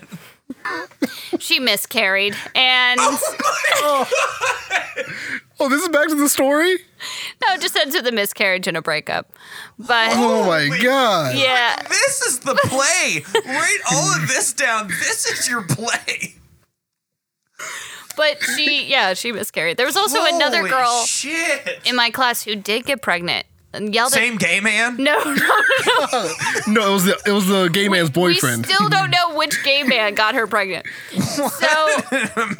She miscarried. And Oh, this is back to the story? no, it just ends with a miscarriage and a breakup. But Oh my god. yeah. This is the play. Write all of this down. This is your play. But she yeah, she miscarried. There was also another Holy girl Shit. in my class who did get pregnant and yelled at Same gay man. no, no, No, it was the it was the gay man's boyfriend. We still don't know which gay man got her pregnant. So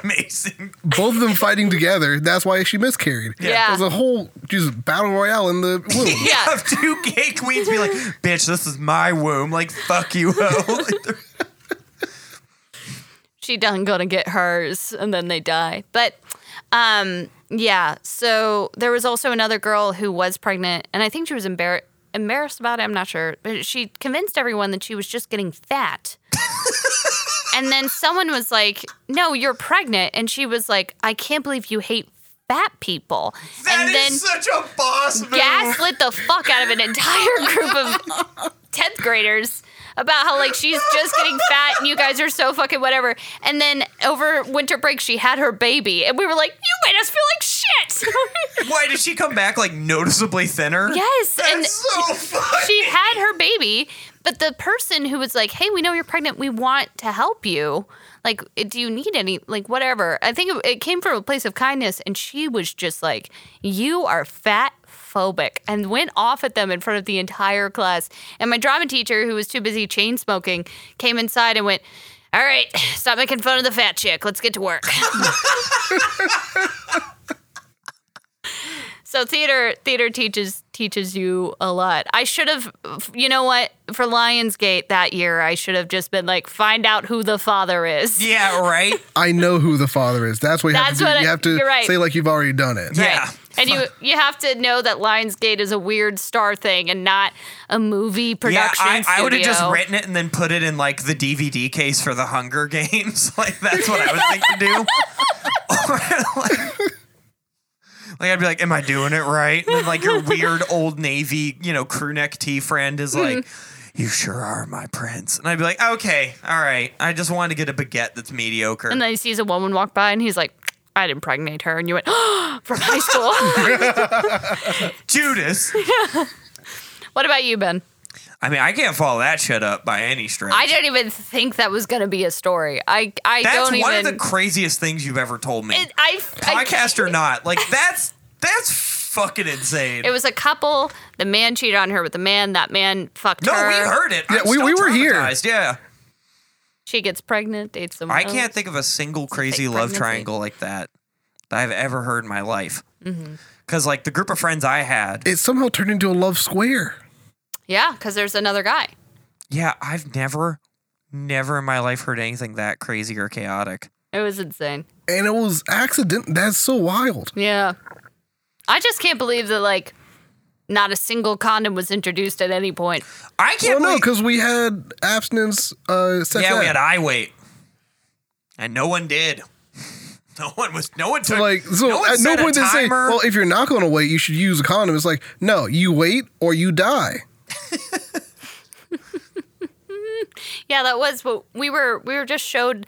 Amazing. Both of them fighting together. That's why she miscarried. Yeah. It was a whole just battle royale in the womb. Yeah. Have two gay queens be like, "Bitch, this is my womb." Like, fuck you, hoe. she done gonna get hers and then they die but um yeah so there was also another girl who was pregnant and i think she was embar- embarrassed about it i'm not sure but she convinced everyone that she was just getting fat and then someone was like no you're pregnant and she was like i can't believe you hate fat people That and is then such a boss move. gaslit the fuck out of an entire group of 10th graders about how like she's just getting fat and you guys are so fucking whatever. And then over winter break she had her baby and we were like, "You made us feel like shit." Why did she come back like noticeably thinner? Yes, That's and- so funny. she had her baby, but the person who was like, "Hey, we know you're pregnant. We want to help you." Like, do you need any, like, whatever? I think it, it came from a place of kindness, and she was just like, You are fat phobic, and went off at them in front of the entire class. And my drama teacher, who was too busy chain smoking, came inside and went, All right, stop making fun of the fat chick. Let's get to work. So theater theater teaches teaches you a lot. I should have you know what for Lionsgate that year I should have just been like find out who the father is. yeah, right. I know who the father is. That's what you That's have to do. what I- you have to you're right. say like you've already done it. Yeah. And you you have to know that Lionsgate is a weird star thing and not a movie Yeah, production I, I would have just studio. written it and then put it in like the DVD case for the Hunger Games. like that's what I would think to do. Or, like, like, I'd be like, "Am I doing it right?" And then, like your weird old Navy, you know, crew neck tea friend is Mm-hmm. like. You sure are my prince. And I'd be like, okay, all right. I just wanted to get a baguette that's mediocre. And then he sees a woman walk by and he's like I'd impregnate her and you went "Oh, from high school. Judas. what about you, Ben? I mean, I can't follow that shit up by any stretch. I didn't even think that was going to be a story. I I that's don't one even of the craziest things you've ever told me. it, I, I Podcast or not, like that's that's fucking insane. It was a couple. The man cheated on her with the man. That man fucked no, her. we heard it. Yeah, I'm we- still we were here. traumatized. Yeah, She gets pregnant, dates someone. I can't else. think of a single crazy love Mm-hmm. pregnancy. triangle like that that I've ever heard in my life. Mm-hmm. Because like the group of friends I had, It somehow turned into a love square. Yeah, because there's another guy. yeah, I've never, never in my life heard anything that crazy or chaotic. It was insane. And it was accident that's so wild. Yeah, I just can't believe that like not a single condom was introduced at any point. I Well can't no, believe. because we had abstinence uh sex yeah, ed. we had I wait, and no one did. No one was. No one took. like so no one at no set a point they say timer. well if you're not going to wait you should use a condom it's like no you wait or you die Yeah, that was what we were. We were just showed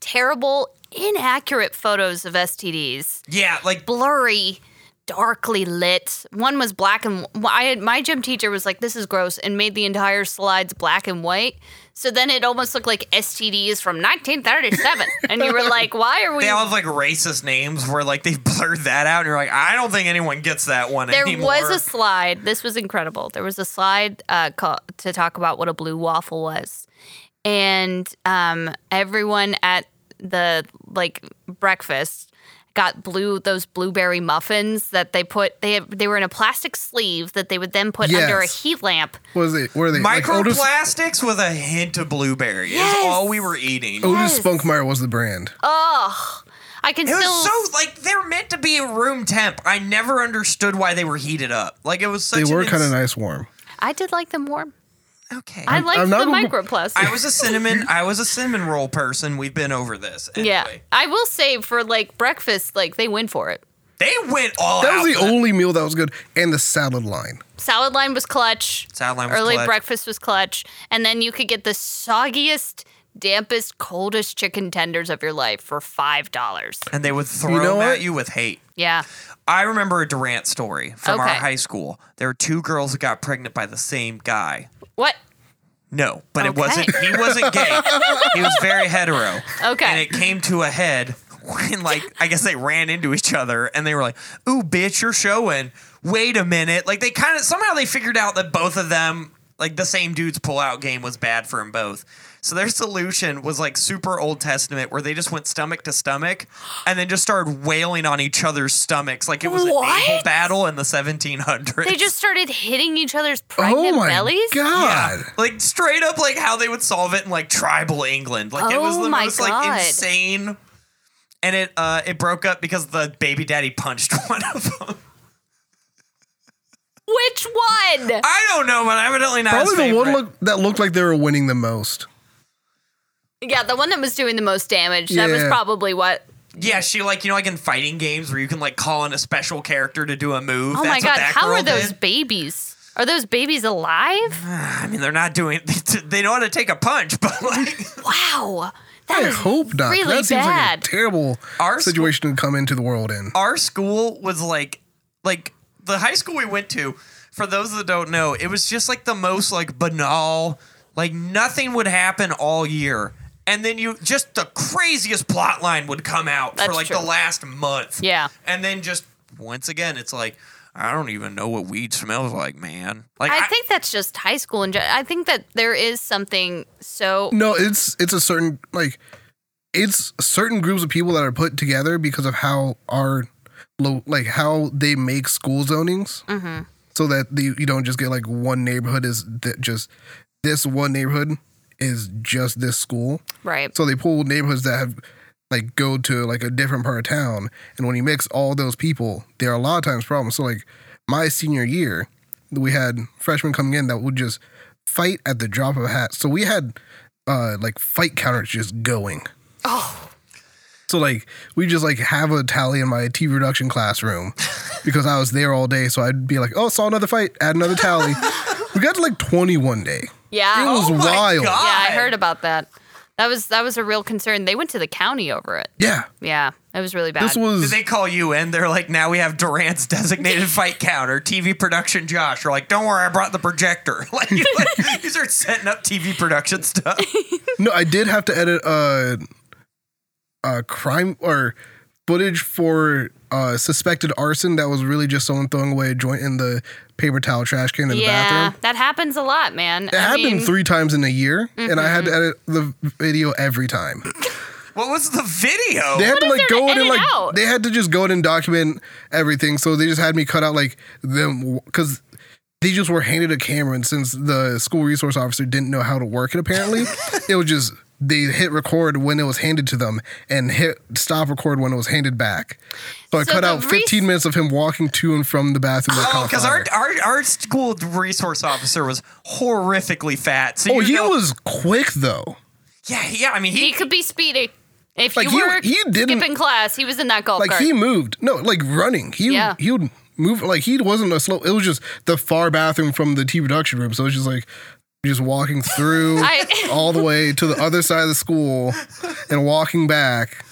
terrible, inaccurate photos of STDs. yeah, like blurry, darkly lit. One was black and wh- I had my gym teacher was like, "This is gross," and made the entire slides black and white. So then it almost looked like STDs from 1937, and you were like, "Why are we?" they all have like racist names where like they blurred that out and you're like i don't think anyone gets that one there anymore was a slide. This was incredible. There was a slide uh, call, to talk about what a blue waffle was, and um, everyone at the like breakfast got blue those blueberry muffins that they put they they were in a plastic sleeve that they would then put under a Yes. heat lamp. What is it? Where are they? Like Otis, Microplastics with a hint of blueberry Yes. is all we were eating. Otis Yes. Spunkmeyer was the brand. Oh, I can It still was so like they're meant to be room temp. I never understood why they were heated up. Like it was such. they an were kind of ins- nice warm. I did like them warm. okay. I I, liked I'm the not gonna- microplastics. was a cinnamon. I was a cinnamon roll person. We've been over this. Anyway. yeah, I will say for like breakfast, like they win for it. they went all. That was out the for that. only meal that was good, and the salad line. Salad line was clutch. Salad line was Early clutch. breakfast was clutch, and then you could get the soggiest, dampest, coldest chicken tenders of your life for five dollars. and they would throw You know them what? at you with hate. Yeah. I remember a Durant story from our Okay. high school. There were two girls that got pregnant by the same guy. What? No, but it Okay. wasn't. He wasn't gay. he was very hetero. Okay. and it came to a head when, like, I guess they ran into each other, and they were like, "Ooh, bitch, you're showing." Wait a minute. Like they kind of somehow they figured out that both of them, like the same dude's pullout game, was bad for them both. So their solution was like super Old Testament, where they just went stomach to stomach, and then just started wailing on each other's stomachs, like it was a naval What? battle in the 1700s. They just started hitting each other's Oh pregnant my bellies. god! Like straight up, like how they would solve it in like tribal England. Like it was Oh the my most God. like insane. And it uh it broke up because the baby daddy punched one of them. Which one? I don't know, but evidently not. his Probably the one favorite. look that looked like they were winning the most. Yeah, the one that was doing the most damage. That was Yeah. probably what. Yeah, she like you know like in fighting games where you can like call in a special character to do a move. Oh That's my god, what that how girl are those did. babies? Are those babies alive? I mean, they're not doing. They know how to take a punch, but like Wow. That I is hope not. really that seems bad. like a terrible Our school- situation to come into the world in. our school was like like the high school we went to for those that don't know it was just like the most like banal like nothing would happen all year and then you just the craziest plot line would come out for That's like true. the last month Yeah. and then just once again it's like i don't even know what weed smells like man like I think that's just high school. And I think that there is something so. No, it's it's a certain like it's certain groups of people that are put together because of how our lo- like how they make school zonings so that the, you don't just get like one neighborhood is th- just this one neighborhood is just this school. Right. So they pull neighborhoods that have like go to like a different part of town, and when you mix all those people, there are a lot of times problems. So like my senior year, we had freshmen coming in that would just fight at the drop of a hat. So we had uh like fight counters just going. Oh. So like we just like have a tally in my T reduction classroom because I was there all day. So I'd be like, oh, saw another fight, add another tally. we got to like twenty one day. Yeah. It was Oh my wild. God. yeah, I heard about that. That was that was a real concern. They went to the county over it. Yeah. Yeah, it was really bad. This was did they call you in? They're like, now we have Durant's designated fight counter, TV production Josh. You're like, don't worry, I brought the projector. Like, you, like, you start setting up TV production stuff. No, I did have to edit uh, uh crime or footage for uh suspected arson that was really just someone throwing away a joint in the paper towel trash can in the yeah, bathroom. that happens a lot, man. It I happened mean, Mm-hmm. three times in a year, and I had to edit the video every time. What was the video? They had to is like there to go in and edit like out? they had to just go in and document everything. So they just had me cut out like them because they just were handed a camera, and since the school resource officer didn't know how to work it, apparently it was just they hit record when it was handed to them and hit stop record when it was handed back. So I So cut the out 15 res- minutes of him walking to and from the bathroom. that Oh, caught because our, fire. our our school resource officer was horrifically fat. So oh, you he know- was quick though. yeah yeah. I mean he he could be speedy. If Like, you he- were he didn't- skipping class, he was in that golf Like cart. he moved. No, like running. He Yeah. he would move like he wasn't a slow it was just the far bathroom from the T production room. So it was just like just walking through I- all the way to the other side of the school and walking back.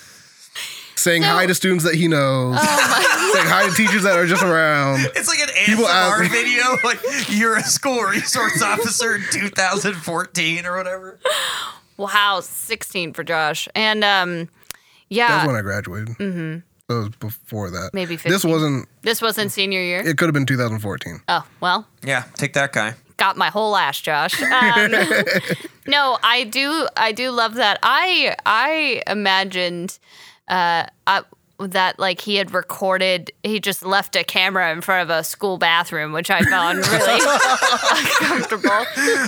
Saying So- Oh hi to students that he knows. saying hi to teachers that are just around. it's like an People ASMR ask- video. Like you're a school resource officer in 2014 or whatever. wow, sixteen for Josh, and um, yeah, That's when I graduated. Mm-hmm. That was before that. Maybe This 15. wasn't this wasn't senior year. it could have been 2014. oh well, Yeah, take that guy. got my whole ass, Josh. Um, no, I do. I do love that. I I imagined. Uh, I, that like he had recorded he just left a camera in front of a school bathroom which i found really uncomfortable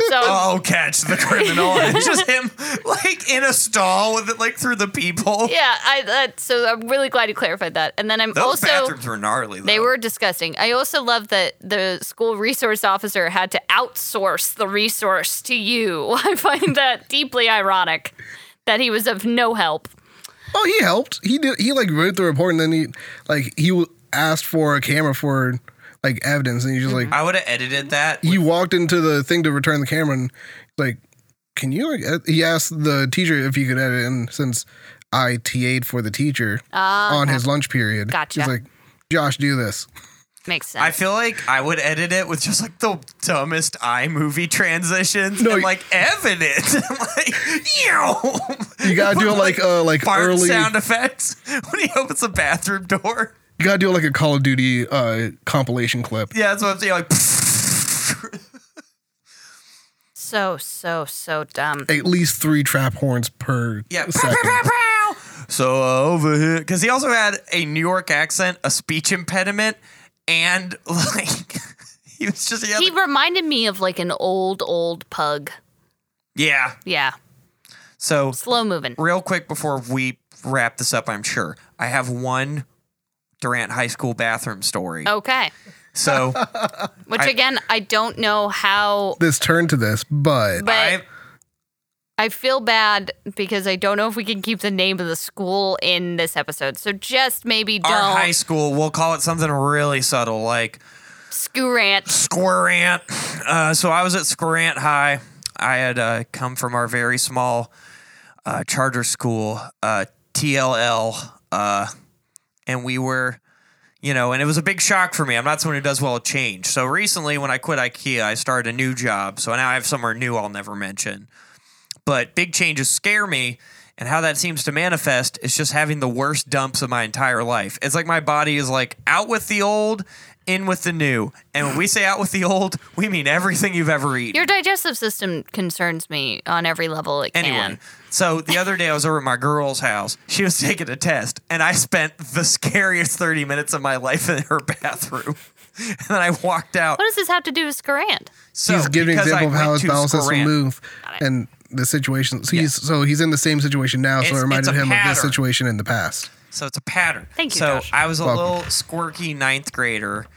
so Oh, catch the criminal! and it's just him, like in a stall with it, like through the people. yeah i that, so i'm really glad you clarified that and then i'm Those also bathrooms were gnarly. Though. They were disgusting. I also love that the school resource officer had to outsource the resource to you. I find that deeply ironic that he was of no help. Oh, he helped. He did. He like wrote the report, and then he like he w- asked for a camera for like evidence, and he just like I would have edited that. he walked into the thing to return the camera, and like, can you? Like, ed-" he asked the teacher if he could edit, it, and since I TA'd for the teacher on his lunch period, Gotcha. He's like, Josh, do this. Makes I sense. feel like I would edit it with just like the dumbest iMovie transitions No, and you- like evidence. like, you. You gotta do it like uh like fart early. sound effects when he opens the bathroom door. You gotta do like a Call of Duty uh compilation clip. Yeah, that's what I'm saying. Like, so, so, so dumb. At least three trap horns per yeah. Pow, pow, second. pow, pow. So uh, over here, because he also had a New York accent, a speech impediment, and like he was just yeah, He reminded me of like an old, old pug. yeah. Yeah. So Slow moving. real quick before we wrap this up, I'm sure I have one Durant High School bathroom story. Okay. So Which I- again, I don't know how, This turned to this, but but I, I feel bad because I don't know if we can keep the name of the school in this episode. So just maybe don't. our high school, we'll call it something really subtle, like Scoo Ranch. Squirant. Uh, so I was at Squirant High. I had uh, come from our very small uh, charter school, uh, TLL, uh, and we were, you know, and it was a big shock for me. I'm not someone who does well at change. So recently, when I quit IKEA, I started a new job. So now I have somewhere new I'll never mention. But big changes scare me. And how that seems to manifest is just having the worst dumps of my entire life. It's like my body is like out with the old, in with the new. And when we say out with the old, we mean everything you've ever eaten. Your digestive system concerns me on every level it Anyway, can. so the other day I was over at my girl's house. She was taking a test, and I spent the scariest 30 minutes of my life in her bathroom. And then I walked out. What does this have to do with Scarant? So he's giving an because example I of how went his to bowel system Skoran- move Got it. and the situation. So he's so he's in the same situation now. It's- so it's it reminded a him of this pattern. situation in the past. So it's a pattern. Thank you, So Josh. I was a Welcome. little squirky ninth grader.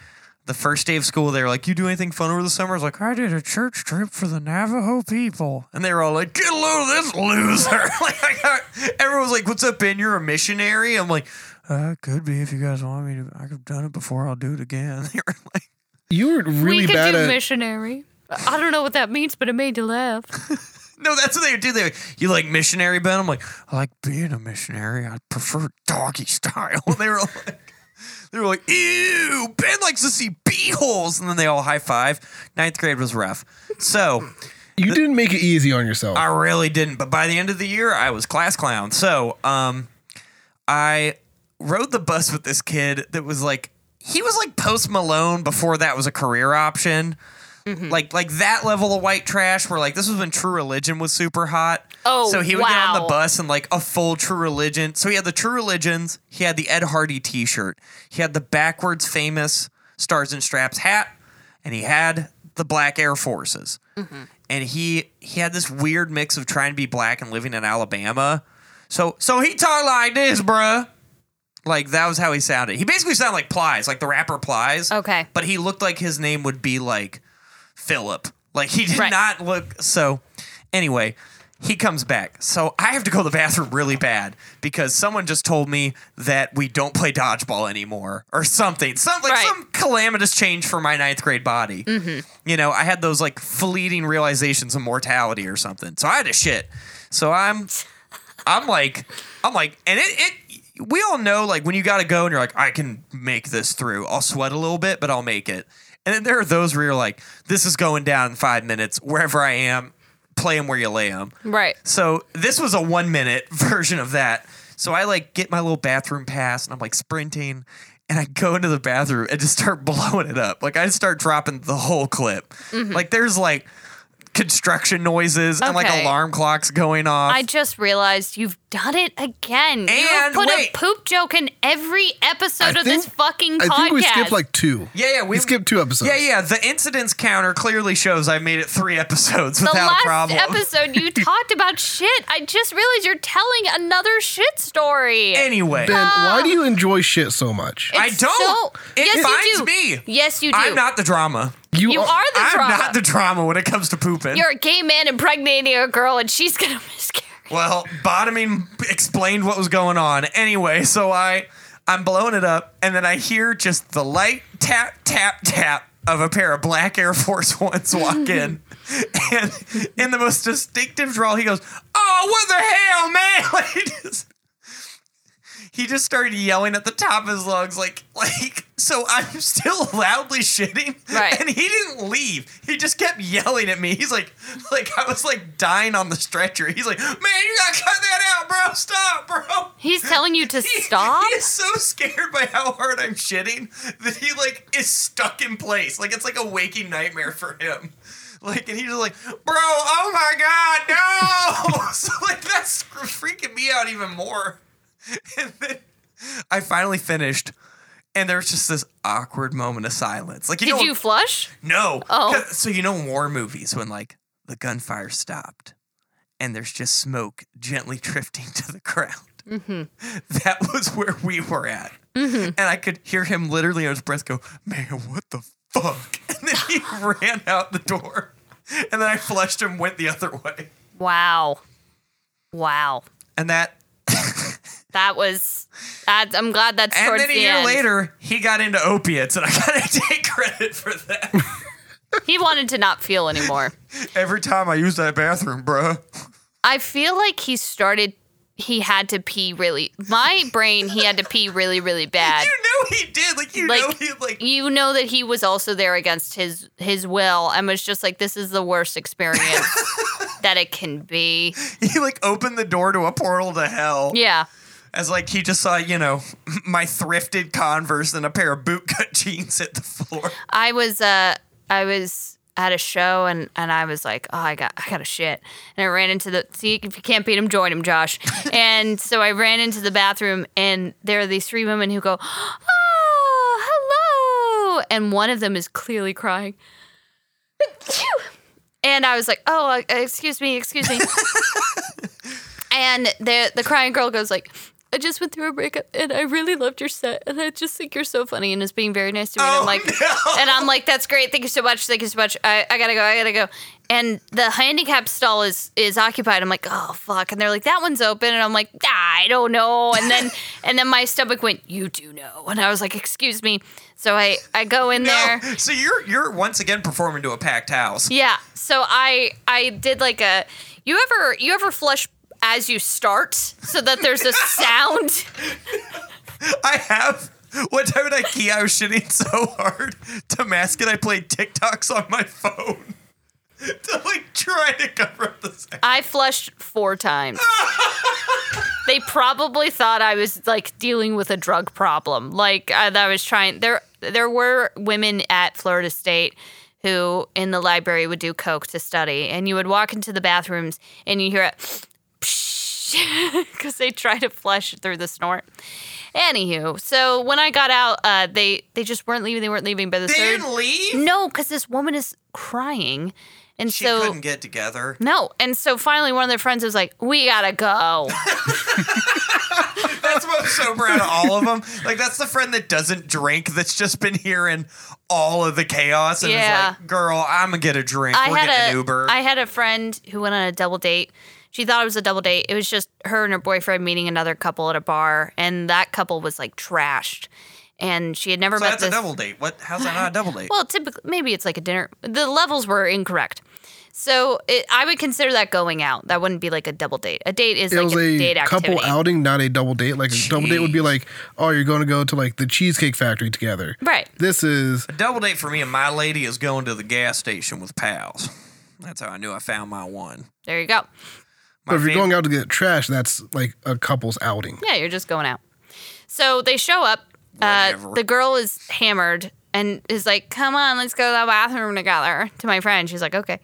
The first day of school, they were like, "You do anything fun over the summer?" I was like, "I did a church trip for the Navajo people," and they were all like, "Get a load of this loser!" like, I got, everyone was like, "What's up, Ben? You're a missionary?" I'm like, uh, "Could be if you guys want me to. I've done it before. I'll do it again." They were like, You were really we could bad do at. missionary. I don't know what that means, but it made you laugh. "No, that's what they would do." They, were, you like missionary, Ben? I'm like, "I like being a missionary. I prefer doggy style." they were like. They were like, ew, Ben likes to see bee holes. And then they all high five. Ninth grade was rough. So You didn't make it easy on yourself. I really didn't. But by the end of the year, I was class clown. So um, I rode the bus with this kid that was like, he was like post Malone before that was a career option. Mm-hmm. Like like that level of white trash where like this was when True Religion was super hot. Oh, so he would get on the wow. bus and like a full True Religion. So he had the True Religions. He had the Ed Hardy T-shirt. He had the backwards famous Stars and Straps hat, and he had the black Air Forces. And he he had this weird mix of trying to be black and living in Alabama. So so he talked like this, bruh. Like that was how he sounded. He basically sounded like Plies, like the rapper Plies. Okay. But he looked like his name would be like Philip. Like he did Right. not look so anyway, he comes back. So I have to go to the bathroom really bad because someone just told me that we don't play dodgeball anymore or something. Some like Right. some calamitous change for my ninth grade body. You know, I had those like fleeting realizations of mortality or something. So I had to shit. So I'm I'm like, I'm like, and it, it, we all know, like, when you got to go and you're like, I can make this through. I'll sweat a little bit, but I'll make it. And then there are those where you're like, this is going down in five minutes, wherever I am, play 'em where you lay 'em. Right. So this was a one minute version of that. So I like get my little bathroom pass and I'm like sprinting and I go into the bathroom Mm-hmm. and just start blowing it up. Like I start dropping the whole clip. Like there's like construction noises and like Okay. alarm clocks going off. I just realized you've done it again. you have And put wait. a poop joke in every episode I of this think- fucking I podcast. think we skipped like two. yeah, yeah, We skipped two episodes. Yeah, yeah. The incidents counter clearly shows I made it three episodes the without last a problem. episode you talked about shit. I just realized you're telling another shit story. Anyway, Ben, Uh, why do you enjoy shit so much? I It's don't. so- it yes, finds you do. me. Yes, you do. I'm not the drama. you, You are the I'm drama. not the drama when it comes to pooping. You're a gay man impregnating a girl, and she's gonna miscarry. Well, bottoming explained what was going on. Anyway, so I I'm blowing it up and then I hear just the light tap tap tap of a pair of black Air Force Ones walk in. and in the most distinctive drawl, he goes, Oh, what the hell, man? Like, he, just, he just started yelling at the top of his lungs, like, like, so I'm still loudly shitting. Right. And he didn't leave. He just kept yelling at me. He's like, like I was like dying on the stretcher. He's like, man, you gotta cut that out, bro. Stop, bro. He's telling you to He- stop. He is so scared by how hard I'm shitting that he like is stuck in place. Like it's like a waking nightmare for him. Like and he's just like, bro, oh my god, no! so like that's freaking me out even more. And then I finally finished, and there's just this awkward moment of silence. Like you Did know, you flush? no. Oh. 'Cause- So you know in war movies when like the gunfire stopped and there's just smoke gently drifting to the ground. Mm-hmm. That was where we were at. And I could hear him literally on his breath go, man, what the fuck? And then he ran out the door. And then I flushed him, went the other way. Wow, wow. And that, That was. That, I'm glad that's and towards then a the year end. later, he got into opiates, and I gotta take credit for that. He wanted to not feel anymore. Every time I use that bathroom, bruh. I feel like he started. He had to pee really. My brain, he had to pee really, really bad. You know he did. Like you know Like, he like You know that he was also there against his his will and was just like, this is the worst experience that it can be. he like opened the door to a portal to hell Yeah. as like he just saw you know my thrifted converse and a pair of bootcut jeans hit the floor I was uh I was at a show and and I was like, oh, I got I got a shit, and I ran into the see if you can't beat him, join him, Josh. and so I ran into the bathroom, and there are these three women who go, oh, hello, and one of them is clearly crying. And I was like, oh, uh, excuse me, excuse me. and the the crying girl goes like. I just went through a breakup and I really loved your set and I just think you're so funny and is being very nice to me. and I'm Oh, like, no. and I'm like, that's great. Thank you so much. Thank you so much. I, I gotta go. I gotta go. And the handicap stall is is occupied. I'm like, oh fuck. And they're like, that one's open. And I'm like, ah, I don't know. And then and then my stomach went, you do know. And I was like, excuse me. So I I go in there. No. so you're you're once again performing to a packed house Uh. Yeah. So I I did like a you ever you ever flush as you start so that there's a sound. i have one time at ikea i was shitting so hard to mask it i played tiktoks on my phone to like try to cover up the sound. I flushed four times. they probably thought I was like dealing with a drug problem. Like I, that I was trying there there were women at Florida State who in the library would do coke to study and you would walk into the bathrooms and you hear it because they try to flush through the snort. Anywho, so when I got out, uh, they they just weren't leaving. They weren't leaving by the they third. didn't leave No, because this woman is crying, and she Mm, so couldn't get together no. And so finally, one of their friends was like, "We gotta go." That's what I'm so proud of all of them. Like that's the friend that doesn't drink that's just been hearing all of the chaos and Yeah. is like, "Girl, I'm gonna get a drink. I We're getting had an a Uber." I had a friend who went on a double date. She thought it was a double date. It was just her and her boyfriend meeting another couple at a bar, and that couple was like trashed. And she had never so met that's this. a double date. What? How's that not a double date? Well, typically, maybe it's like a dinner. The levels were incorrect. So it, I would consider that going out. That wouldn't be like a double date. A date is It like was a, a, date couple activity. outing, not a double date. Like a double date would be Jeez. like, oh, you're going to go to like the Cheesecake Factory together. Right. This is a double date for me and my lady is going to the gas station with pals. That's how I knew I found my one. There you go. My But if you're favorite- going out to get trash, that's like a couple's outing. Yeah, you're just going out. So they show up. Uh, Whatever. the girl is hammered and is like, "Come on, let's go to the bathroom together." To my friend, she's like, "Okay,"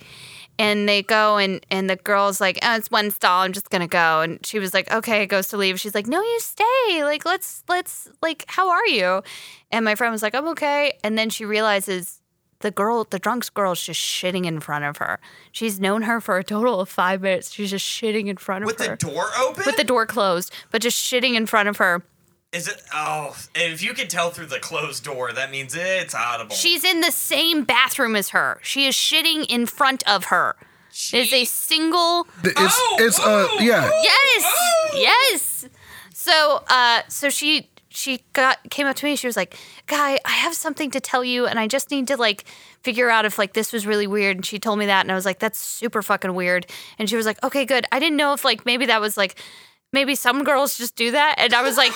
and they go and and the girl's like, oh, it's one stall. I'm just gonna go. And she was like, okay, goes to leave. She's like, no, you stay. Like let's let's like how are you? And my friend was like, I'm okay. And then she realizes the girl, the drunk's girl's just shitting in front of her. She's known her for a total of five minutes. She's just shitting in front of With her the door open? with the door closed, but just shitting in front of her. Is it? Oh, if you can tell through the closed door, that means it's audible. She's in the same bathroom as her. She is shitting in front of her. There's a single Th- It's it's uh oh, yeah. oh. Yes. Oh! Yes. So uh so she she got came up to me. She was like, "Guy, I have something to tell you and I just need to like figure out if like this was really weird." And she told me that and I was like, "That's super fucking weird." And she was like, "Okay, good. I didn't know if like maybe that was like maybe some girls just do that." And I was like,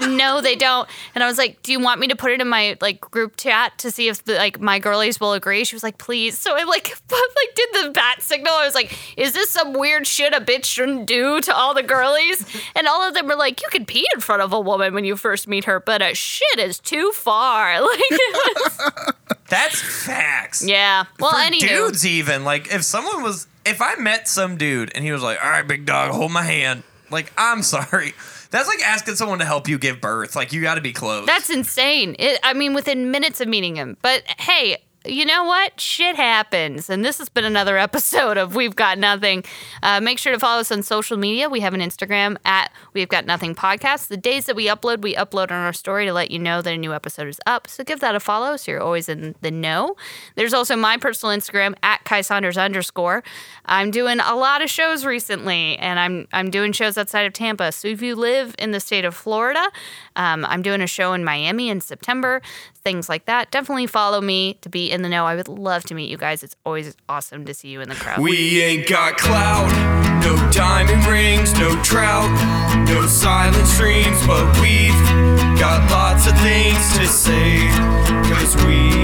"No, they don't." And I was like, "Do you want me to put it in my like group chat to see if the, like my girlies will agree?" She was like, "Please." So I like like did the bat signal. I was like, "Is this some weird shit a bitch shouldn't do to all the girlies?" And all of them were like, "You could pee in front of a woman when you first meet her, but a shit is too far." Like, That's facts. yeah. Well, For anywho, dudes even like if someone was if I met some dude and he was like, "All right, big dog, hold my hand," like I'm sorry, that's like asking someone to help you give birth. Like you got to be close. that's insane. It, I mean, within minutes of meeting him. But hey. You know what? Shit happens. And this has been another episode of We've Got Nothing. Uh, make sure to follow us on social media. We have an Instagram at We've Got Nothing Podcast. The days that we upload, we upload on our story to let you know that a new episode is up. So give that a follow so you're always in the know. There's also my personal Instagram at Kai Saunders underscore. I'm doing a lot of shows recently, and I'm I'm doing shows outside of Tampa. So if you live in the state of Florida, um, I'm doing a show in Miami in September. Things like that. Definitely follow me to be in the know. I would love to meet you guys. It's always awesome to see you in the crowd. We ain't got clout, no diamond rings, no trout, no silent streams, but we've got lots of things to say. Cause we